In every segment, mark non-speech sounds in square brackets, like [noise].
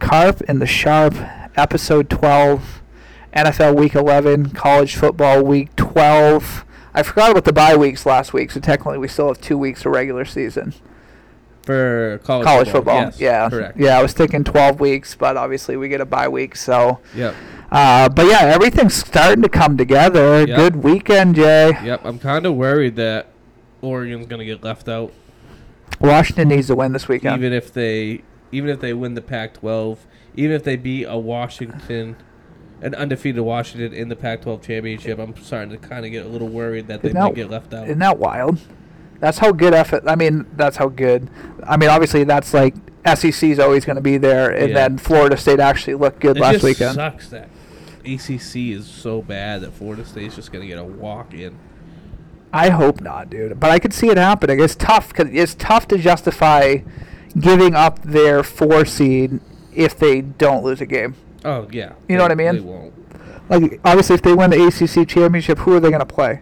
Harp and the Sharp, Episode 12, NFL Week 11, College Football Week 12. I forgot about the bye weeks last week, so technically we still have two weeks of regular season. for college, College football, Yes, yeah, correct. yeah. I was thinking 12 weeks, but obviously we get a bye week, so. Yep. Uh, but yeah, everything's starting to come together. Yeah. Good weekend, Jay. Yep. I'm kind of worried that Oregon's gonna get left out, Washington needs to win this weekend. even if they even if they win the Pac-12, even if they beat a Washington, an undefeated Washington in the Pac-12 championship. I'm starting to kind of get a little worried that they Isn't might that- get left out. Isn't that wild? That's how good effort. I mean, that's how good. I mean, obviously, that's like SEC is always going to be there, and Yeah. then Florida State actually looked good It last just weekend. sucks that ACC is so bad that Florida State's just gonna get a walk in. I hope not, dude. But I could see it happening. It's tough 'cause it's tough to justify giving up their four seed if they don't lose a game. Oh yeah. You know what I They- mean? They won't. Like, obviously, if they win the ACC championship, who are they going to play?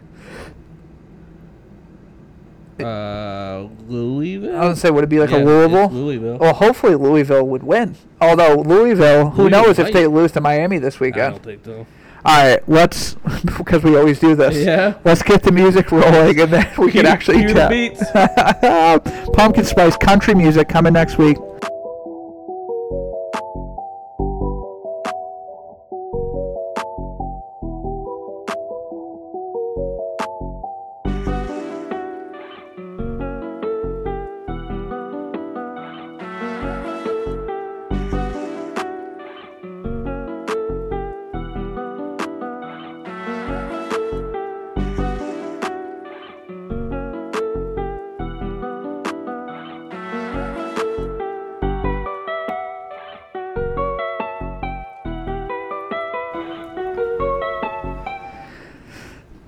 Uh, Louisville. I was going to say, would it be like Yeah, a it's Louisville? Louisville. Well, hopefully Louisville would win. Although Louisville, who Louisville knows if might. they lose to Miami this I weekend? don't think so. All right, let's [laughs] because we always do this. Yeah. Let's get the music rolling, and then we can Cue- actually cue the chat. beats. [laughs] Pumpkin Spice country music coming next week.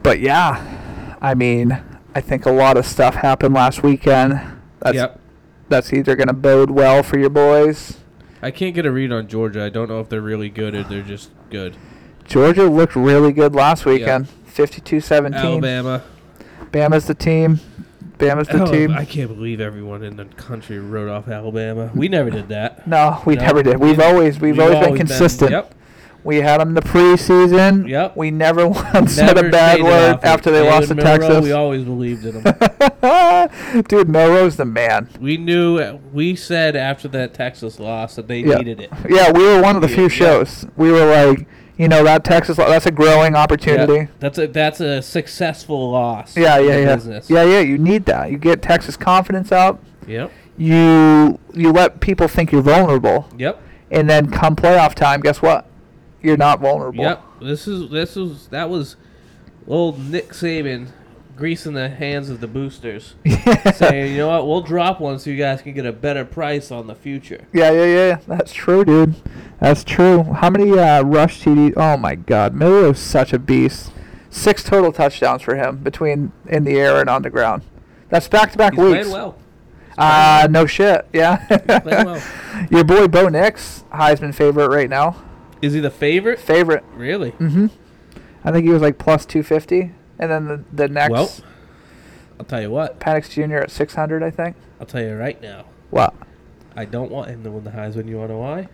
But yeah, I mean, I think a lot of stuff happened last weekend. That's, Yep. That's either gonna bode well for your boys. I can't get a read on Georgia. I don't know if they're really good or they're just good. Georgia looked really good last weekend, 52-17. Alabama. Bama's the team. Bama's the Oh, team. I can't believe everyone in the country wrote off Alabama. We never [laughs] did that. no, we No. never did. We've always we've, always, been consistent. yep. We had them the preseason. Yep. We never [laughs] once said Never a bad shaded word off after they Jalen lost to Milroe, Texas. We always believed [laughs] in them. Dude, Melrose the man. we knew. We said after that Texas loss that they Yeah. needed it. Yeah, we were one of the Yeah, few yeah. shows. We were like, you know, that Texas, lo- that's a growing opportunity. Yep. That's a that's a successful loss. Yeah, in yeah, yeah. Business. Yeah, yeah, you need that. You get Texas confidence up. Yep. You you let people think you're vulnerable. Yep. And then come playoff time, guess what? You're not vulnerable. Yep. This is this was that was old Nick Saban greasing the hands of the boosters, saying, "You know what? We'll drop one so you guys can get a better price on the future." Yeah, yeah, yeah. That's true, dude. That's true. How many uh, rush TDs? Oh my God, Miller is such a beast. Six total touchdowns for him between in the air and on the ground. That's back-to-back He's weeks. playing well. Uh, no shit. Yeah. Playing well. [laughs] Your boy Bo Nix, Heisman favorite right now. Is he the favorite? Favorite. Really? Mm-hmm. I think he was like plus 250, and then the, the next Well, I'll tell you what. Penix Jr. at 600, I think. I'll tell you right now. What? I don't want him to win the Heisman. You want to know why?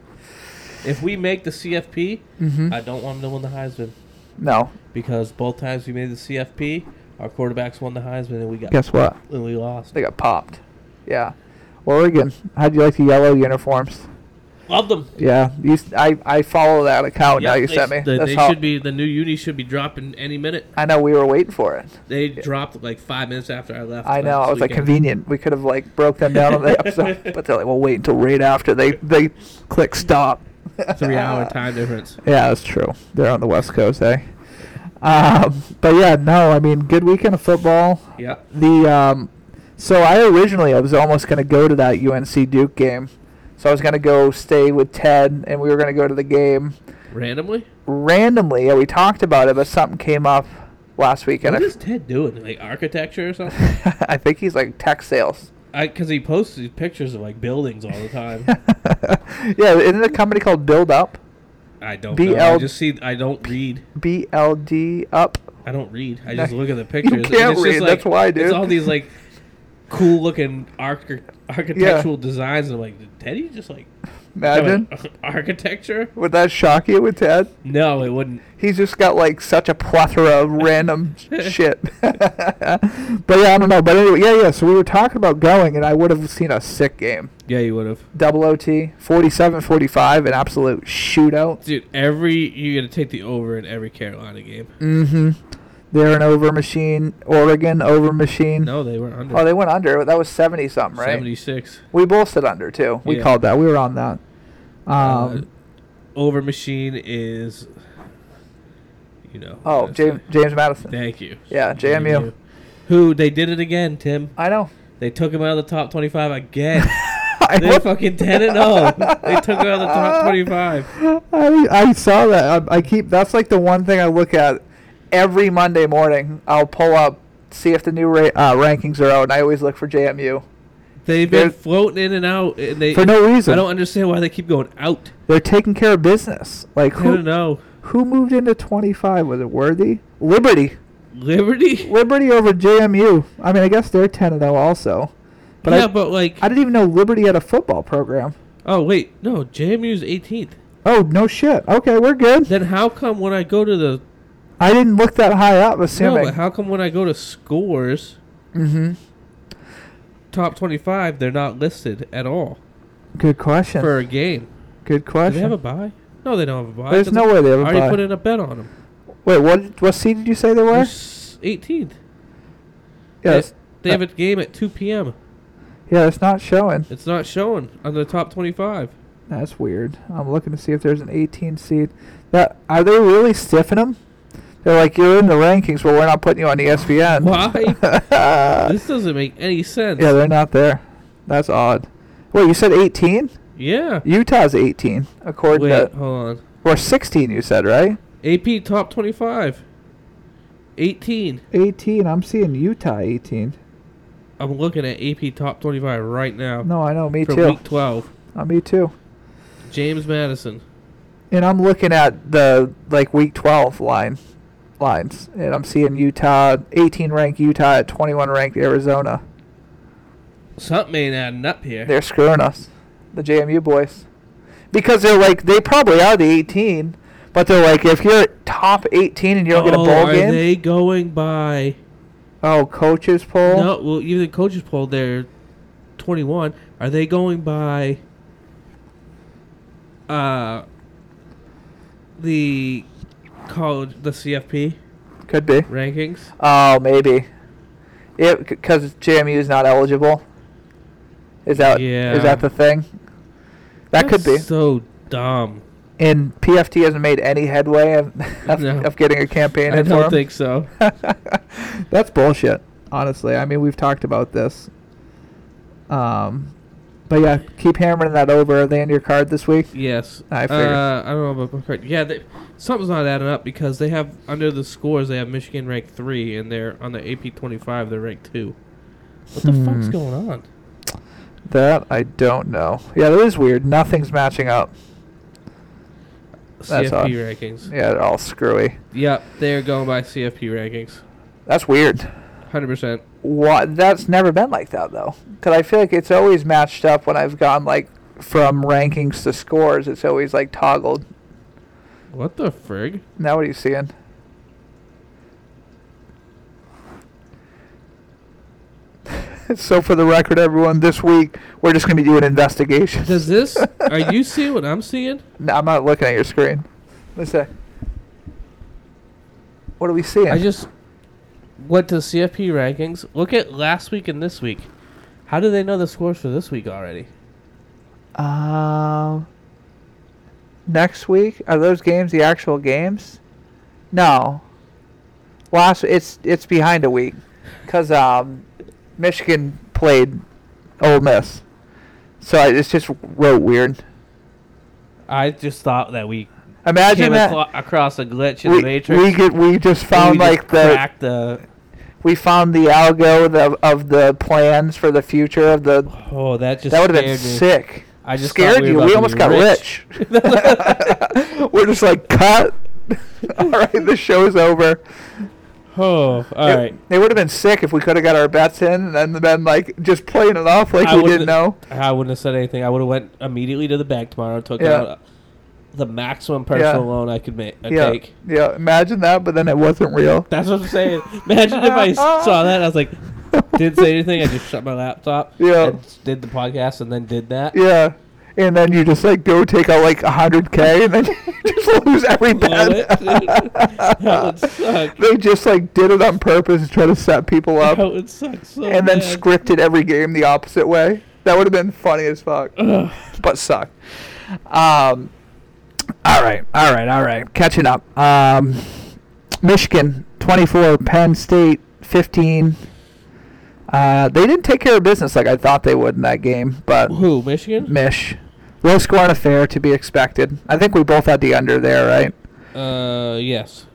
If we make the CFP, Mm-hmm. I don't want him to win the Heisman no. because both times we made the CFP, our quarterbacks won the Heisman and we got Guess what? and we lost. They got popped. Yeah. Oregon. How'd you like the yellow uniforms? Love them. Yeah. You, s- I, I follow that account now Yep, you they, sent me. They, That's they how, should be the new uni should be dropping any minute. I know we were waiting for it. They dropped like five minutes after I left. I know. last I was like weekend. convenient. We could have like broke them down [laughs] on the episode, but they're like, "Well, wait until right after they they click stop." [laughs] [laughs] three hour time difference. Yeah, that's true. They're on the West Coast, eh? Um, but yeah, no. I mean, good weekend of football. Yep. The um, so I originally I was almost gonna go to that UNC Duke game, so I was gonna go stay with Ted, and we were gonna go to the game Randomly. randomly. Yeah, we talked about it, but something came up last weekend. What I, is Ted doing? Like architecture or something? [laughs] I think he's like tech sales. [laughs] I because he posts these pictures of like buildings all the time. Yeah, isn't it a company called Build Up? I don't. know. I BL just see. I don't read. BLD Up. I don't read. [laughs] I just No, look at the pictures. and can't it's read, Just, like, that's why, dude. It's all these like cool looking arch- architectural designs. And I'm like, did Teddy just like Imagine. [laughs] architecture? Would that shock you with Ted? No, it wouldn't. He's just got like such a plethora [laughs] of random shit. [laughs] but yeah, I don't know. But anyway, yeah, yeah. So we were talking about going, and I would have seen a sick game. Yeah, you would have. Double OT, 47 45, an absolute shootout. Dude, every you're gonna take the over in every Carolina game. Mm hmm. They're an over machine. Oregon, over machine. No, they were under Oh, they went under. That was 70 something, right? seventy six. We both said under, too. We Yeah. Uh, called that. We were on that. Um, over machine is you know. oh, that's James, it. James Madison. Thank you. Yeah, JMU. Who they did it again, Tim. I know. [laughs] They took him out of the top twenty five again. I They're looked- fucking ten and zero. They took her out of [laughs] the top twenty-five. I, I saw that. I, I keep that's like the one thing I look at every Monday morning. I'll pull up, see if the new ra- uh, rankings are out, and I always look for JMU They've been They're- floating in and out, and they for no I reason. don't understand why they keep going out. oh. They're taking care of business. Like I don't who know. who moved into twenty five? Was it Worthy? Liberty. Liberty. Liberty over JMU. I mean, I guess they're ten and zero also. But yeah, I, but like, I didn't even know Liberty had a football program. oh wait, no, JMU's 18th. Oh no shit. Okay, we're good. Then how come when I go to the I didn't look that high up, no, assuming. but how come when I go to scores mm-hmm. top 25, they're not listed at all Good question. for a game? Good Do they question. have a buy? No, they don't have a buy. There's no way they have a I already bye. put in a bet on them. Wait, what? What seed did you say they were? 18th. Yeah, it's, They have a game at 2 p.m. Uh, yeah, it's not showing. It's not showing on the top 25. That's weird. I'm looking to see if there's an 18 seed. That are they really stiffing them? They're like, you're in the rankings, but we're not putting you on E ESPN. [laughs] Why? this doesn't make any sense. yeah, they're not there. That's odd. Wait, you said 18? Yeah. Utah's 18, according Wait, to hold on. or 16. You said right? AP top 25. 18. 18. I'm seeing Utah 18. I'm looking at AP top 25 right now. No, I know. Me Oh. for too. week 12. Uh, me too. James Madison. And I'm looking at the like week 12 line lines, and I'm seeing Utah 18 ranked Utah at 21 ranked Arizona. Something ain't adding up here. They're screwing us, the JMU boys, because they're like they probably are the 18, but they're like if you're top 18 and you don't get a Oh, bowl are game, they going by? oh coaches poll, No, well, even the coaches poll they're 21. Are they going by? Uh, the college, the CFP could be. rankings. Oh, maybe. It because JMU is not eligible. Is that is Yeah. that the thing? That could be. That's So dumb. and PFT hasn't made any headway of, of, No. [laughs] of getting a campaign I in for don't him. think so. That's bullshit. Honestly, I mean we've talked about this. Um, but yeah, keep hammering that over. Are they in your card this week? Yes. I figured. Uh, I don't know about correct. Yeah, they, something's not adding up because they have under the scores they have Michigan ranked three and they're on the AP twenty five they're ranked two. What the fuck's Hmm. going on? That I don't know. Yeah, that is weird. Nothing's matching up. CFP That's odd. rankings. Yeah, they're all screwy. Yep, they're going by CFP rankings. That's weird. Hundred percent. What? That's never been like that though. Because I feel like it's always matched up when I've gone like from rankings to scores. It's always like toggled. What the frig? Now what are you seeing? [laughs] so for the record, everyone, this week we're just gonna be doing investigations. [laughs] Does this? are you seeing what I'm seeing? No, I'm not looking at your screen. Let's say. What are we seeing? I just went to CFP rankings. Look at last week and this week. How do they know the scores for this week already? Um. Next week are those games the actual games? No. Last it's it's behind a week, cause um, Michigan played Ole Miss, so I, it's just wrote weird. I just thought that we Imagine came that aclo- across a glitch in we, the matrix. we get we just found we just like the cracked the we found the algo the, of the plans for the future of the oh that just that would have scared been me. sick. I just thought scared we you. were about We to almost be got rich. rich. [laughs] We're just like, cut. All right, the show's over. Oh, all it, right. It would have been sick if we could have got our bets in and then been like just playing it off like I we wouldn't- didn't know. [laughs] I wouldn't have said anything. I would have went immediately to the bank tomorrow and took Yeah. out the maximum personal Yeah. loan I could make. yeah, Take. yeah. Imagine that, but then it wasn't real. That's what I'm saying. Imagine [laughs] if I saw that. I was like, didn't say anything. I just shut my laptop. [laughs] Yeah. and did the podcast and then did that. [laughs] Yeah. And then you just like go take out like 100k and then [laughs] you just lose every Blow it. [laughs] bet. that [laughs] would suck. They just like did it on purpose to try to set people up That would suck so and then bad. scripted every game the opposite way. That would have been funny as fuck, Ugh. but sucked. Um, all right, all right, all right. Catching up. Um, Michigan 24, Penn State 15. Uh, they didn't take care of business like I thought they would in that game, but Who? Michigan? Mish. Low scoring affair to be expected. I think we both had the under there, Uh, yes.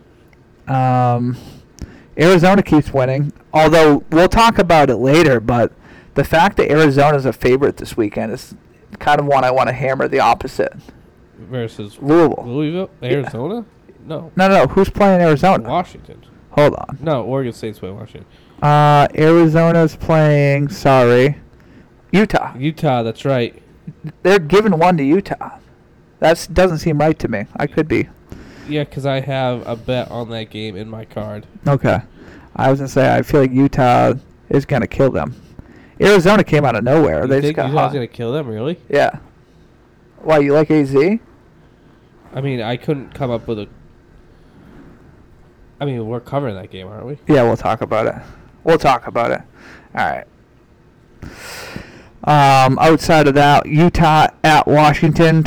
right? Um, Arizona keeps winning. Although we'll talk about it later, but the fact that Arizona's a favorite this weekend is kind of one I want to hammer the opposite. Versus Louisville. Louisville, Arizona. No, No, no, no. Who's playing Arizona? Washington. Hold on. No, Oregon State's by Washington. Uh, Arizona's playing. Sorry, Utah. Utah. That's right. They're giving one to Utah. That doesn't seem right to me. I could be. Yeah, 'cause I have a bet on that game in my card. Okay. I was gonna say I feel like Utah is gonna kill them. Arizona came out of nowhere. You they just think got Utah's hot. gonna kill them? Really? Yeah. Why you like AZ? I mean, I couldn't come up with a. I mean, we're covering that game, aren't we? Yeah, we'll talk about it. We'll talk about it. All right. Um, outside of that, Utah at Washington,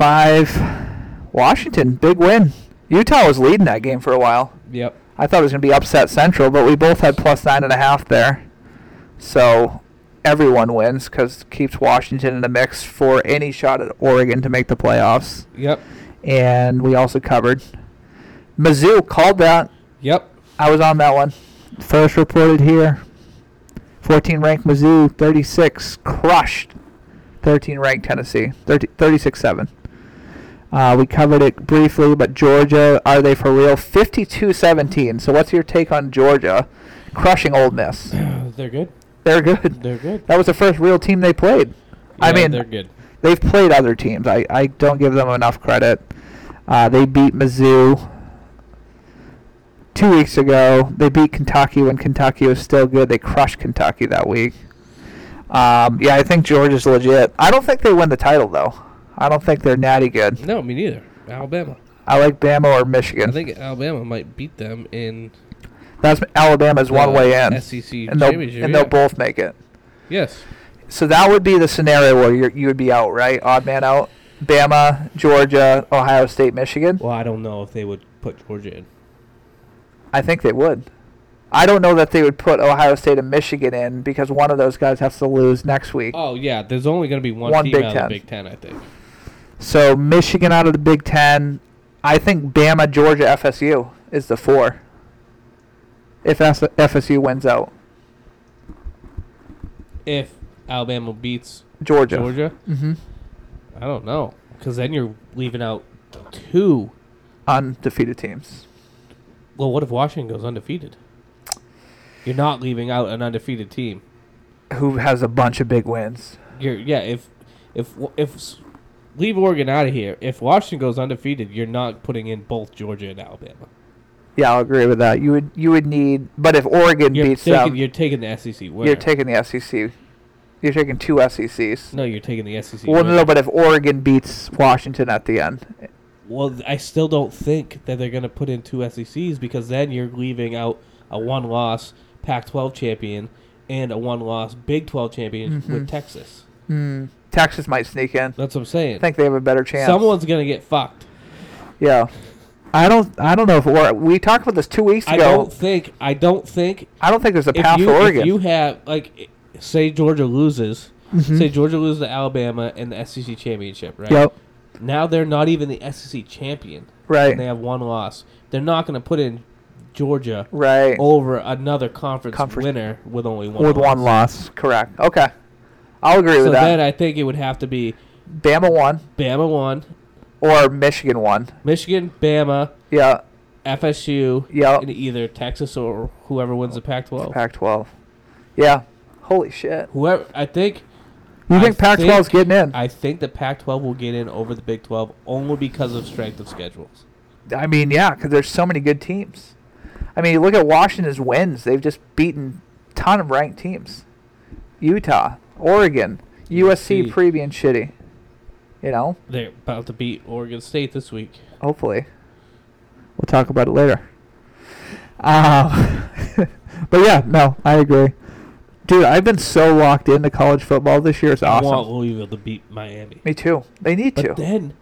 28-35. Washington, big win. Utah was leading that game for a while. Yep. I thought it was going to be upset central, but we both had plus nine and a half there. So everyone wins because keeps Washington in the mix for any shot at Oregon to make the playoffs. Yep. And we also covered. Mizzou called that. Yep. [clears throat] I was on that one. First reported here. 14 ranked Mizzou, 36 crushed. 13 ranked Tennessee, 36 7. Uh, we covered it briefly, but Georgia, are they for real? 52 17. So, what's your take on Georgia crushing Ole Miss? They're good. They're good. They're good. That was the first real team they played. I Yeah, mean, they're good. they've played other teams. I, I don't give them enough credit. Uh, they beat Mizzou two weeks ago. They beat Kentucky when Kentucky was still good. They crushed Kentucky that week. Um, yeah, I think Georgia's legit. I don't think they win the title though. I don't think they're natty good. No, me neither. Alabama. I like Bama or Michigan. I think Alabama might beat them in That's Alabama's one Uh, way in, SEC and they'll championship. and yeah. they'll both make it. Yes. So that would be the scenario where you you would be out, right? Odd man out. Bama, Georgia, Ohio State, Michigan. Well, I don't know if they would put Georgia in. I think they would. I don't know that they would put Ohio State and Michigan in because one of those guys has to lose next week. Oh yeah, there's only going to be one, One team Big out Ten. of the Big Ten, I think. So Michigan out of the Big Ten. I think Bama, Georgia, FSU is the four. If S- FSU wins out, If Alabama beats Georgia. Georgia, hmm I don't know, because then you're leaving out two. Undefeated teams. Well, what if Washington goes undefeated? You're not leaving out an undefeated team. Who has a bunch of big wins? You're yeah. If if if s- leave Oregon out of here, if Washington goes undefeated, you're not putting in both Georgia and Alabama. Yeah, I'll agree with that. You would you would need, but if Oregon You're beats taking them, you're, you're taking the E SEC. Where? taking the SEC. You're taking two SECs. no, you're taking the E SEC. Well, winner. no, but if Oregon beats Washington at the end, Well, th- I still don't think that they're going to put in two SECs because then you're leaving out a one-loss Pac-12 champion and a one-loss Big 12 champion Mm-hmm. with Texas. Mm, Texas might sneak in. That's what I'm I saying. think they have a better chance. Someone's going to get fucked. yeah. I don't. I don't know if or we talked about this two weeks ago. I don't think. I don't think. I don't think there's a If path you, for if Oregon. you have like, i- say Georgia loses, say Georgia loses to Alabama and the SEC championship, right? Mm-hmm. Yep. Now they're not even the SEC champion. Right. And they have one loss. They're not going to put in Georgia Right. over another conference, Conference- winner with only one. with loss. one loss, correct. Okay. I'll agree So with that. then I think it would have to be Bama won Bama one, or Michigan won. Michigan, Bama, Yeah. FSU Yep. and either Texas or whoever wins the Pac-12. Pac-12. Yeah. Holy shit. whoever I think You I think Pac-12's getting in? I, I think the Pac-12 will get in over the Big 12 only because of strength of schedules. mean, yeah, because there's so many good teams. I mean, you look at Washington's wins. They've just beaten ton of ranked teams. Utah, Oregon, USC, USC. pre being shitty. You know, They're about to beat Oregon State this week. hopefully. We'll talk about it later. Um, [laughs] but yeah, no, I agree. Dude, I've been so locked into college football this year. It's I want awesome. Louisville to beat Miami. Me too. They need But to. then,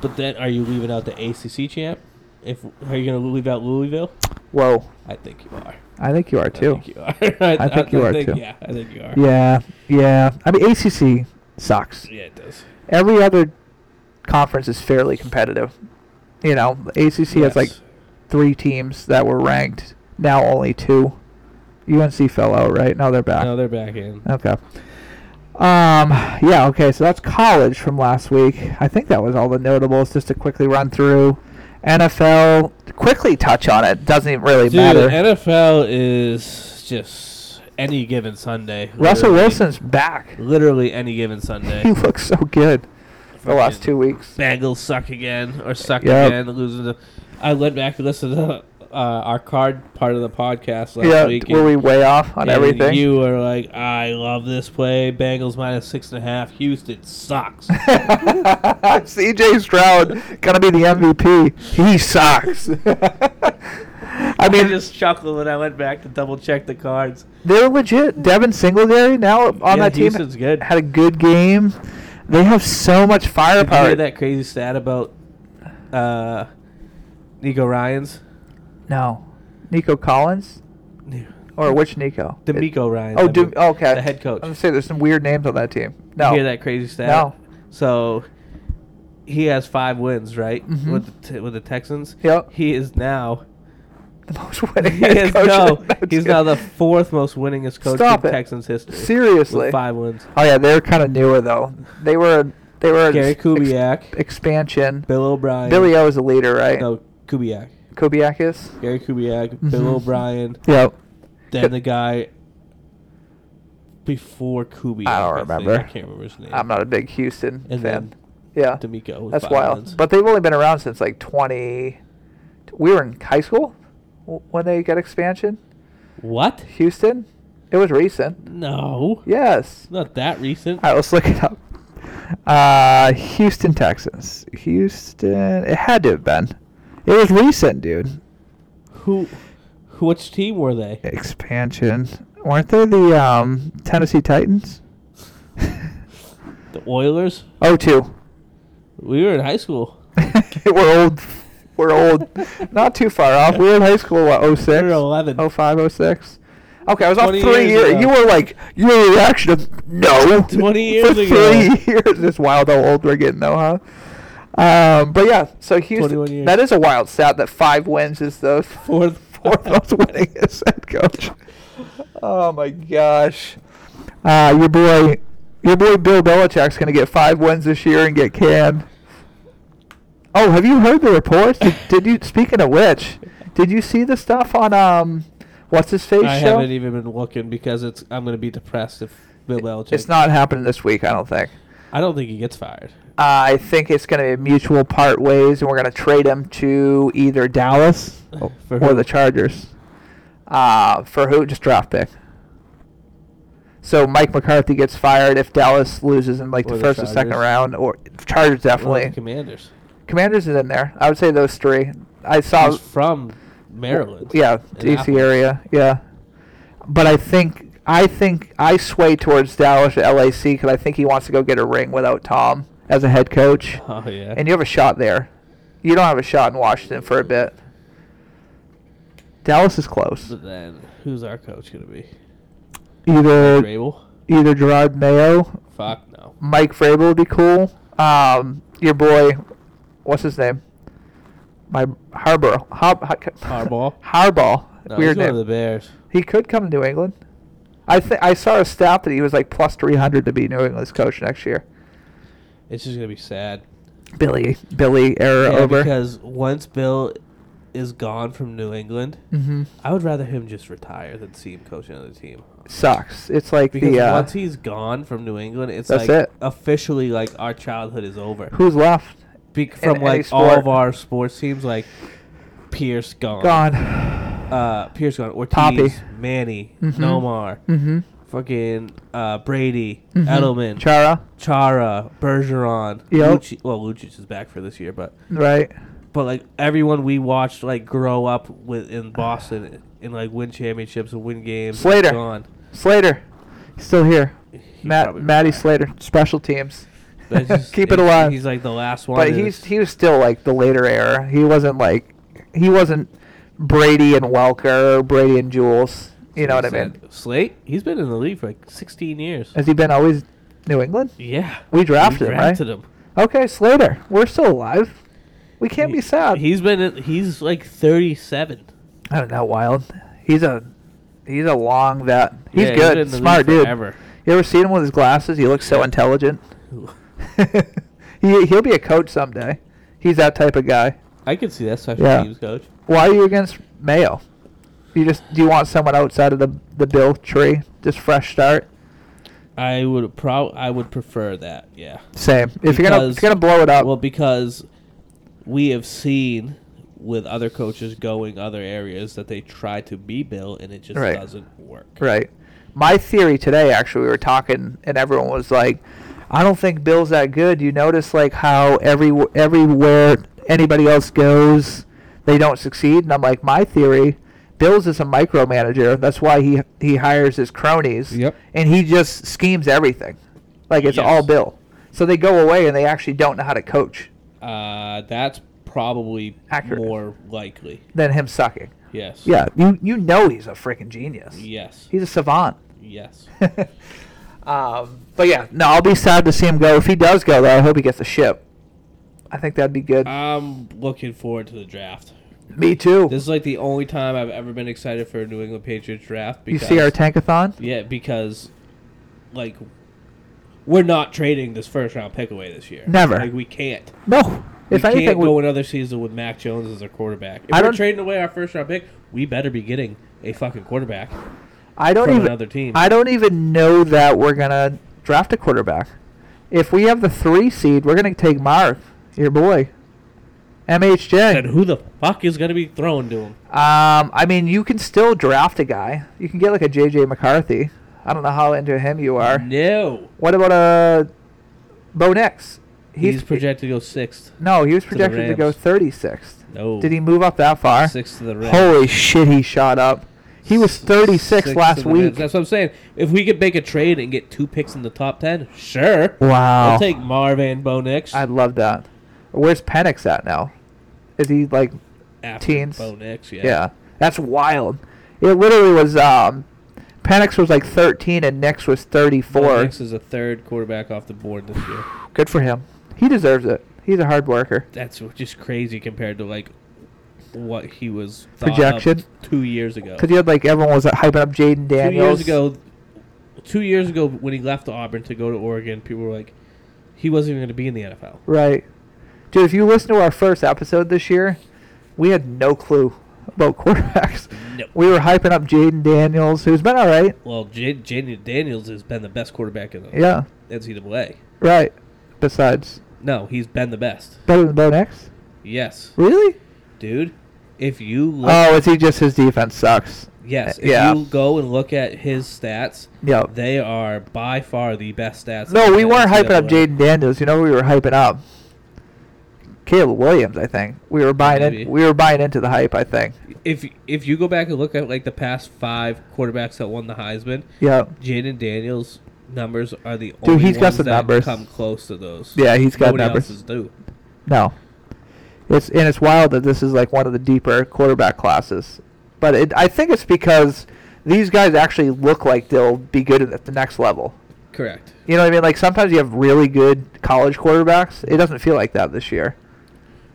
but then, are you leaving out the ACC champ? If are you going to leave out Louisville? Whoa. I think you are. I think you are I too. think you are. [laughs] I, I think you are, too. Yeah, I think you are. Yeah, yeah. I mean, ACC sucks. Yeah, it does. Every other conference is fairly competitive. You know, the ACC has like Yes. three teams that were ranked. Now only two. UNC fell out, right? Now they're back. No, they're back in. Okay. Um. Yeah. Okay. So that's college from last week. I think that was all the notables. Just to quickly run through NFL. Quickly touch on it. Doesn't even really Dude, matter. NFL is just any given Sunday. Russell literally. Wilson's back. Literally any [laughs] given Sunday. He looks so good. The last Fucking- two weeks. Bengals suck again or suck Yep. again, losing the. I went back and listened to uh, our card part of the podcast last yeah, week. were and- we way off on and everything? You were like, I love this play. Bengals minus six and a half. [laughs] Houston sucks. [laughs] CJ Stroud gonna be the MVP. He sucks. [laughs] I I mean, just chuckled when I went back to double check the cards. they're legit. Devin Singletary now on yeah, that team Houston's good. had a good game. They have so much Did you hear firepower. that crazy stat about uh, Nico Ryan's? No, Nico Collins or which Nico? It- D'Amico Ryan. Oh, the- Dem- okay. The head I'm coach. gonna say there's some weird names on that team. No, You hear that crazy stat? No. So he has five wins, right? Mhm. With the t- with the Texans. Yep. He [laughs] is now. [laughs] the most winning [laughs] He head is coach now. in that He's team. now the fourth most winningest coach Stop in it. Texans history. Seriously. With five wins. Oh yeah, they're kind of newer though. They were they were an Gary ex- Kubiak, ex- expansion. Bill O'Brien. Billy O is the leader, right? No, Kubiak. Kubiak is. Gary Kubiak, Bill Mhm. O'Brien, Yep. then the guy before Kubiak. I don't think. remember. I can't remember his name. I'm not a big Houston fan. And then Yeah, D'Amico. with that's five wild. wins. But they've only been around since like 20. We were in high school w- when they got expansion. what? Houston, it was recent. No. Yes. It's not that recent. All right, let's look it up. Uh, Houston Texans. Houston. It had to have been. It was recent, dude. Who, who? Which team were they? Expansion. Weren't they the um, Tennessee Titans? [laughs] The Oilers. Oh, two. We were in high school. [laughs] we're old. We're old. Not too far off. We were in high school, what, 06? We were 11. 05, 06? Okay, I was off 20 three years years. ago. You were like, your reaction of no. 20 For years ago. three [laughs] years. It's wild how old we're getting, though, huh? Um, but yeah, so 21 Houston, years. that is a wild stat that five wins is the [laughs] Fourth. [laughs] fourth most [laughs] winningest head coach. Oh my gosh. Uh, your boy, your boy Bill Belichick's gonna get five wins this year and get canned. Oh, have you heard the reports? Did, did you? Speaking of which, did you see the stuff on um, what's his face I show? haven't even been looking because it's. I'm gonna be depressed if Bill Belichick. It's not happening this week, I don't think. Uh, I don't think he gets fired. I think it's going to be a mutual part ways, and we're going to trade him to either Dallas [laughs] For or who? the Chargers. Uh, for who? Just draft pick. So Mike McCarthy gets fired if Dallas loses in like Or the the first or second Chargers. round, or Chargers Well, the definitely. Commanders. Commanders is in there. I would say those three. I saw He's from Maryland. yeah, DC Annapolis. area. Yeah, but I think I think I sway towards Dallas or LAC because I think he wants to go get a ring without Tom as a head coach, [laughs] Oh yeah. and you have a shot there. You don't have a shot in Washington for a bit. Dallas is close. So then who's our coach gonna be? Either Rabel? either Gerard Mayo, Fuck no. Mike Vrabel would be cool. Um, your boy, what's his name? My Harbaugh. Hob, Harbaugh? [laughs] Harbaugh. No, Weird he's going name. to the Bears. He could come to New England. I th- I saw a stat that he was like plus 300 to be New England's coach next year. It's just gonna be sad. Billy Billy era Yeah, over. because once Bill is gone from New England, hmm I would rather him just retire than see him coach another team. Sucks. It's like Because the uh, once he's gone from New England, it's That's like it. officially like our childhood is over. who's left Be- from any like all sport. of our sports teams, like Pierce gone, gone. uh, Pierce gone, Ortiz, Poppy. Manny, Mhm. Nomar, Mm-hmm. fucking uh, Brady, Mhm. Edelman, Chara, Chara, Bergeron, Yep. Lucic- well, Lucic is back for this year, but right? but like everyone we watched like grow up with in Boston and like win championships and win games. is Slater. [laughs] gone. Slater, still here. He Matt probably Matty retired. Slater, special teams. [laughs] That's just- Keep it he's- alive. He's like the last one. But is- he's he was still like the later era. He wasn't like he wasn't Brady and Welker, or Brady and Jules. You know what I he's mean? at- Slate. He's been in the league for like 16 years. Has he been always New England? Yeah, We drafted him, right? him. Okay, Slater, we're still alive. We can't be He- sad. He's been. In, he's like 37. I don't know, Wild. He's a he's a long vet. He's Yeah, he's good, been in the smart league dude. forever. You ever seen him with his glasses? He looks so Yeah. intelligent. [laughs] he he'll be a coach someday. He's that type of guy. I could see that special Yeah. teams coach. Why are you against Mayo? You just do you want someone outside of the the Bill tree, just fresh start. I would pro. I would prefer that. Yeah. Same. If you're gonna Because- if you're gonna blow it up, Well, because we have seen with other coaches going other areas that they try to be Bill and it just Right. doesn't work. Right. My theory today, actually, we were talking, and everyone was like, "I don't think Bill's that good." You notice like how every everywhere anybody else goes, they don't succeed. And I'm like, my theory, Bill's is a micromanager. That's why he he hires his cronies, Yep. and he just schemes everything, like it's Yes. all Bill. So they go away and they actually don't know how to coach. Uh, that's probably Accurate. more likely. Than him sucking. Yes. Yeah, you you know he's a freaking genius. Yes. He's a savant. Yes. Um, but yeah, no, I'll be sad to see him go. If he does go, though, I hope he gets the ship. I think that'd be good. I'm looking forward to the draft. Me too. This is like the only time I've ever been excited for a New England Patriots draft You because see our tankathon? yeah, because like we're not trading this first round pick away this year. Never. Like we can't. No. If we anything, can't we, go another season with Mac Jones as our quarterback. If I we're don't- trading away our first round pick, we better be getting a fucking quarterback I don't from even. another team. I don't even know that we're gonna draft a quarterback. If we have the three seed, we're gonna take Marv, your boy, and MHJ. Um, who the fuck is gonna be thrown to him? I mean, you can still draft a guy. You can get like a JJ McCarthy. I don't know how into him you Mm. are. No. What about a Bo Nix? He's, projected to go sixth. No, he was the projected to, go Rams. 36th. No. Did he move up that far? sixth to the Rams. Holy shit, he shot up. He was 36 Sixth to last the Rams. week. That's what I'm saying. If we could make a trade and get two picks in the top ten, sure. Wow. I'll take Marvin Bo Nix. I'd love that. Where's Penix at now? Is he like, after teens. Bo Nix, yeah. yeah. That's wild. It literally was, um, Penix was like 13 and Nix was Bo 34. Nix is a third quarterback off the board this year. Good for him. He deserves it. He's a hard worker. that's just crazy compared to like what he was Projection? projection two years ago. Because he had like, everyone was hyping up Jaden Two Daniels. years ago, two years ago when he left Auburn to go to Oregon, people were like, he wasn't even going to be in the NFL. Right. Dude, if you listen to our first episode this year, we had no clue about [laughs] quarterbacks. No. We were hyping up Jaden Daniels, who's been all right. Well, Jaden Daniels has been the best quarterback in the Yeah, NCAA. right. Besides, No, he's been the best. better than Bo Nix? Yes, Really? dude. If you look, Oh, is he just his defense sucks? yes, if yeah. you go and look at his stats, Yeah. they are by far the best stats. No, in we the weren't hyping up NCAA. Jaden Daniels. You know, who we were hyping up Caleb Williams. I think we were buying Maybe. in. We were buying into the hype. I think. if if you go back and look at like the past five quarterbacks that won the Heisman, Yeah. Jaden Daniels' numbers are the Dude, only he's got ones some that numbers. come close to those. Yeah, he's got Nobody numbers. else's do. No. It's and it's wild that this is like one of the deeper quarterback classes, but it, I think it's because these guys actually look like they'll be good at the next level. Correct. You know what I mean? Like sometimes you have really good college quarterbacks. It doesn't feel like that this year,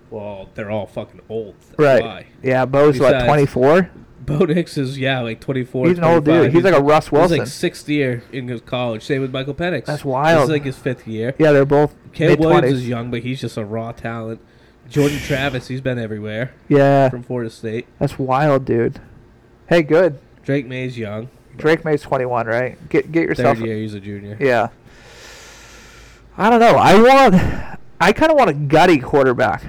Well, they're all fucking old. That's right? Why. Yeah, Bo's what Besides- twenty four. Bo Nix is yeah, like 24. He's an old dude. 25. He's like a Russ He's Wilson. like sixth year in his college. Same with Michael Penix. That's wild. This is like his fifth year. yeah, they're both Caleb mid Williams twenties. is young, but he's just a raw talent. Jordan Travis, he's been everywhere Yeah, from Florida State. that's wild, dude. Hey, good. Drake May's young. Drake May's 21, right? Get get yourself. Third year, he's a junior. Yeah. I don't know. I want. I kind of want a gutty quarterback.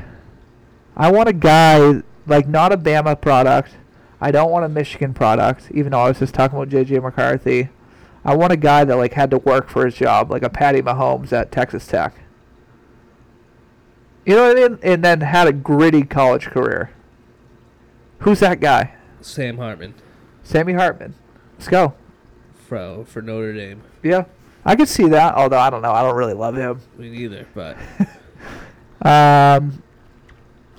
I want a guy like not a Bama product. I don't want a Michigan product. Even though I was just talking about JJ McCarthy, I want a guy that like had to work for his job, like a Patty Mahomes at Texas Tech. You know what I mean? And then had a gritty college career. Who's that guy? Sam Hartman Sammy Hartman. Let's go. for for Notre Dame. Yeah, I could see that. Although I don't know. I don't really love him. Me neither, but Um,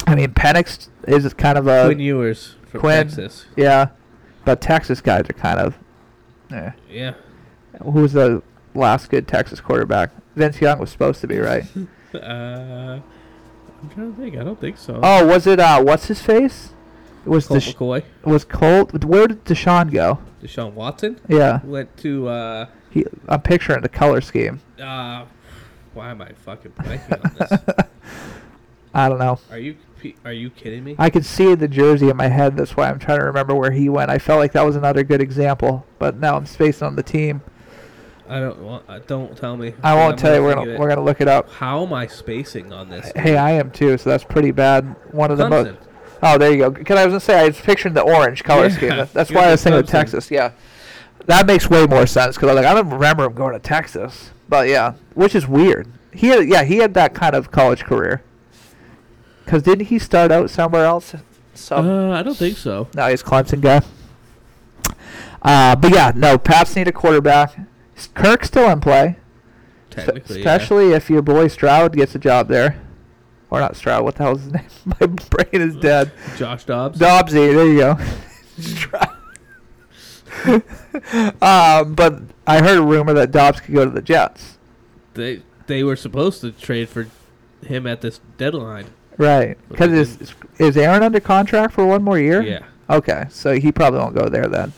I mean, Penix is kind of a Quinn Ewers from Uh, Quinn. Texas. yeah, but Texas guys are kind of. Eh. Yeah, Who was the last good Texas quarterback? Vince Young was supposed to be [laughs] right. uh, I'm trying to think. I don't think so. oh, was it? Uh, what's his face? It was Colt Desh- McCoy, was Colt? Where did Deshaun go? Deshaun Watson Yeah, went to. Uh, he, I'm picturing the color scheme. uh, why am I fucking blanking on [laughs] this? I don't know. Are you pe- are you kidding me? I could see the jersey in my head. That's why I'm trying to remember where he went. I felt like that was another good example, but now I'm spacing on the team. I don't want. Uh, don't tell me. I won't I'm tell you. We're think gonna of we're it. gonna look it up. How am I spacing on this? Hey, I am too, so that's pretty bad. One of the most. Clemson. Oh, there you go. Because I was gonna say I was picturing the orange color Yeah, scheme. That- That's you're why I the was thinking of Clemson. Texas. Yeah, that makes way more sense. Because I like I don't remember him going to Texas, but yeah, which is weird. He had, yeah he had that kind of college career. Because didn't he start out somewhere else? Some Uh, I don't think so. no, he's Clemson guy. Uh, but yeah, no. Pats need a quarterback. Is Kirk still in play, Technically, yeah. especially if your boy Stroud gets a job there, or not Stroud. What the hell's his [laughs] name? My brain is dead. Josh Dobbs. Dobbsy, there you go. [laughs] Stroud. [laughs] um, but I heard a rumor that Dobbs could go to the Jets. They they were supposed to trade for him at this deadline. Right. Because is, is Aaron under contract for one more year? Yeah. Okay, so he probably won't go there then.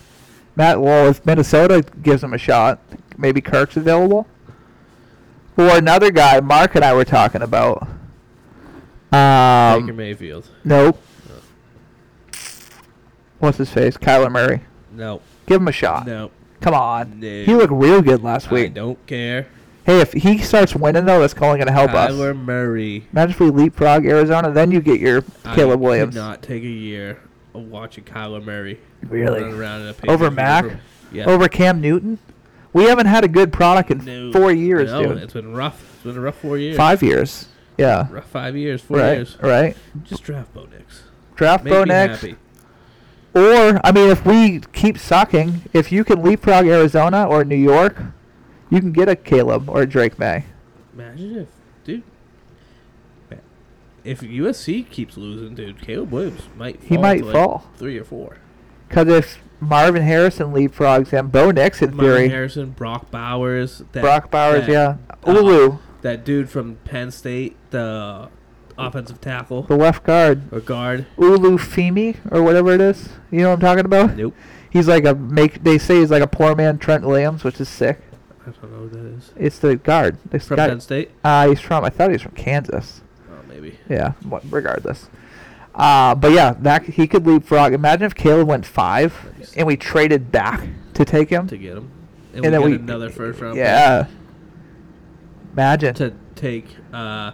Matt, well, if Minnesota gives him a shot, maybe Kirk's available. Or another guy, Mark and I were talking about. Baker Um, Mayfield. nope. What's his face? Kyler Murray. No. Give him a shot. No. Come on. No. He looked real good last I week. don't care. Hey, if he starts winning though, that's only going to help Kyler us. Murray. Imagine if we leapfrog Arizona, then you get your I Caleb could Williams. not take a year of watching Kyler Murray Really? run around in a Over Patriots Mac? uniform. Yeah. Over Cam Newton, we haven't had a good product in No. four years, No, dude. It's been rough. It's been a rough four years. Five years. Yeah. Rough five years. Four right. years. Right. Just draft Bo Nix. Draft Make Bo me next. happy. Or I mean, if we keep sucking, if you can leapfrog Arizona or New York, you can get a Caleb or a Drake May. Imagine if, dude. If USC keeps losing, dude, Caleb Williams might fall He might to, like, fall. three or four. Because if Marvin Harrison leapfrogs him, Bo Nix in Marvin theory, Harrison, Brock Bowers, that, Brock Bowers, that- yeah, uh, Ulu, that dude from Penn State, the offensive tackle the left guard, or guard. Ulu Femi or whatever it is. You know what I'm talking about? Nope, He's like a make. They say he's like a poor man Trent Williams, which is sick. I don't know who that is. It's the guard. This From guy. Penn State? Uh, he's from. I thought he was from Kansas. Oh, maybe. Yeah. wha- Regardless. Uh, but yeah, that he could leapfrog. Imagine if Caleb went five, Nice. and we traded back to take him. To get him, and and, we then get we another first round. pick Yeah. Imagine to take uh,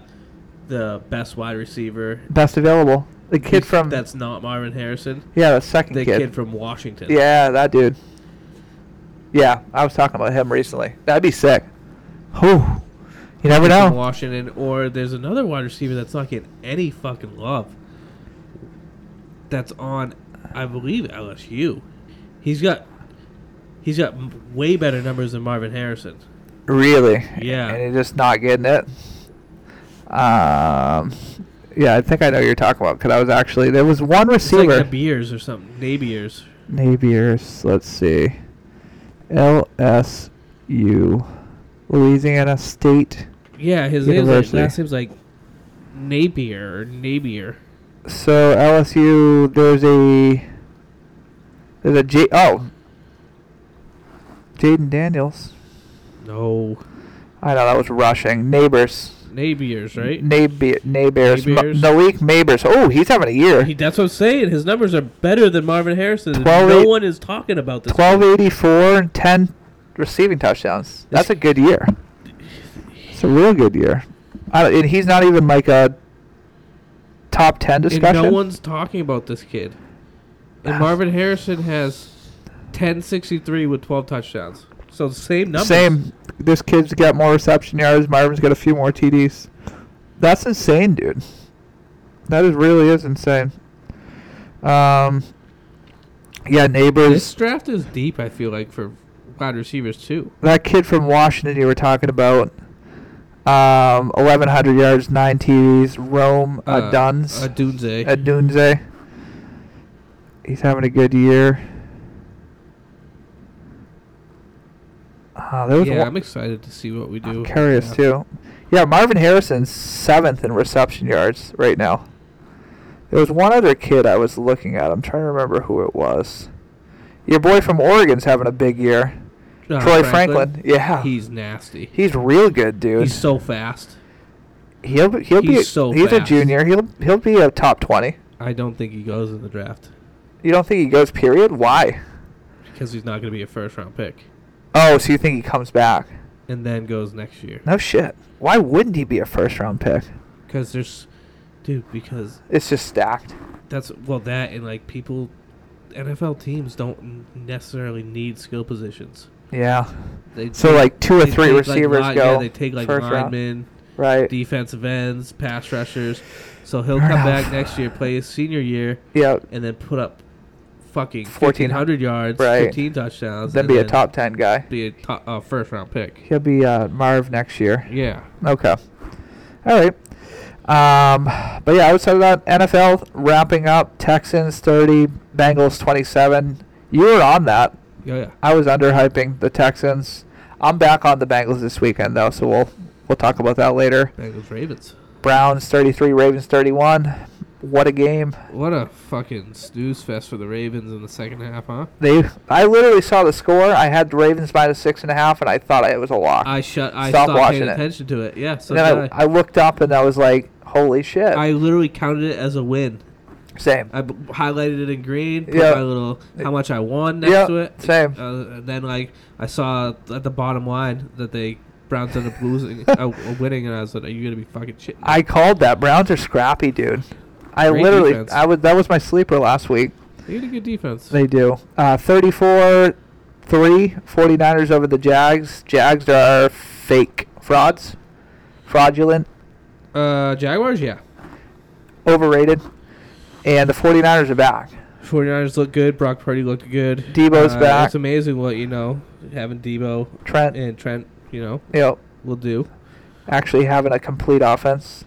the best wide receiver. best available. The kid He's- from that's not Marvin Harrison. yeah, the second The kid. kid from Washington. Yeah, that dude. Yeah, I was talking about him recently. That'd be sick. Whew. You never know. from Washington, or there's another wide receiver that's not getting any fucking love. That's on, I believe LSU. He's got, he's got m- way better numbers than Marvin Harrison. Really. Yeah. And he's just not getting it. Um. Yeah, I think I know who you're talking about because I was actually there was one It's like receiver. Nabiers or something. Nabiers. Napiers. Let's see. LSU, Louisiana State. Yeah, his name's like, University. last name's like Napier or Nabier. So LSU, there's a There's a J. Oh, Jaden Daniels. No. I know that was rushing. Neighbors. Napiers, right? Neighbor, neighbors. Ma- Neighbors. Malik Neighbors. Oh, he's having a He, year. that's what I'm saying. His numbers are better than Marvin Harrison. and Twelve no eight- one is talking about this. 1284 and 10 receiving touchdowns. That's a good year. It's a real good year. I don't, and he's not even like a top 10 and discussion. Ah. no one's talking about this kid. And Marvin Harrison has 1063 with 12 touchdowns. So same numbers. Same. This kid's got more reception yards. Marvin's got a few more TDs. That's insane, dude. That is really is insane. Um, yeah, neighbors. This draft is deep. I feel like for wide receivers too. that kid from Washington you were talking about, um, 1,100 yards, nine TDs. Rome uh, Duns Adunze. Adunze. He's having a good year. Uh, there was yeah, one- I'm excited to see what we do. I'm curious Yeah. too. Yeah, Marvin Harrison's seventh in reception yards right now. There was one other kid I was looking at. I'm trying to remember who it was. Your boy from Oregon's having a big year. Uh, Troy Franklin. Yeah. He's nasty. He's real good, dude. He's so fast. he'll be- he'll be he's so he's a fast. junior. He'll he'll be a top 20. I don't think he goes in the draft You don't think he goes period? Why? because he's not going to be a first round pick, Oh, so you think he comes back? and then goes next year No shit. Why wouldn't he be a first round pick? because there's, dude, because It's just stacked. that's well that and like people, NFL teams don't necessarily need skill positions. Yeah. They So like two or they three take, like, receivers line- go. Yeah, they take like first round. linemen. Right. defensive ends, pass rushers. So he'll Fair come enough. back next year, play his senior year, Yeah. and then put up fucking 14 1,400 yards, Right. 15 touchdowns. Then and be a top ten guy. Be a top uh, first round pick. He'll be uh, Marv next year. Yeah. Okay. All right. Um, but yeah, outside of that, NFL wrapping up. Texans thirty, Bengals twenty-seven. You were on that. Yeah, yeah. I was underhyping the Texans. I'm back on the Bengals this weekend though, so we'll we'll talk about that later. Bengals Ravens. Browns thirty-three, Ravens thirty-one. What a game! What a fucking snooze fest for the Ravens in the second half, huh? They, I literally saw the score. I had the Ravens minus six and a half, and I thought it was a lock. I shut. I Stop stopped paying watching it. attention to it. Yeah. So and then did I, I, I looked up and I was like, "Holy shit!" I literally counted it as a win. Same. I b- highlighted it in green. Put Yeah. my little how much I won next Yeah, to it. same. Uh, and then like I saw at the bottom line that they Browns ended [laughs] up losing, uh, winning, and I was like, "Are you gonna be fucking shit?" I called that. Browns are scrappy, dude. I Great literally, defense. I was that was my sleeper last week. They had a good defense. They do. Uh, 34 3, 49ers over the Jags. Jags are fake frauds, fraudulent, Uh, Jaguars, yeah. overrated, and the 49ers are back. 49ers look good. Brock Purdy looked good. Debo's Uh, back. It's amazing what you know having Debo Trent, you and Trent, you know, know, will do. actually having a complete offense.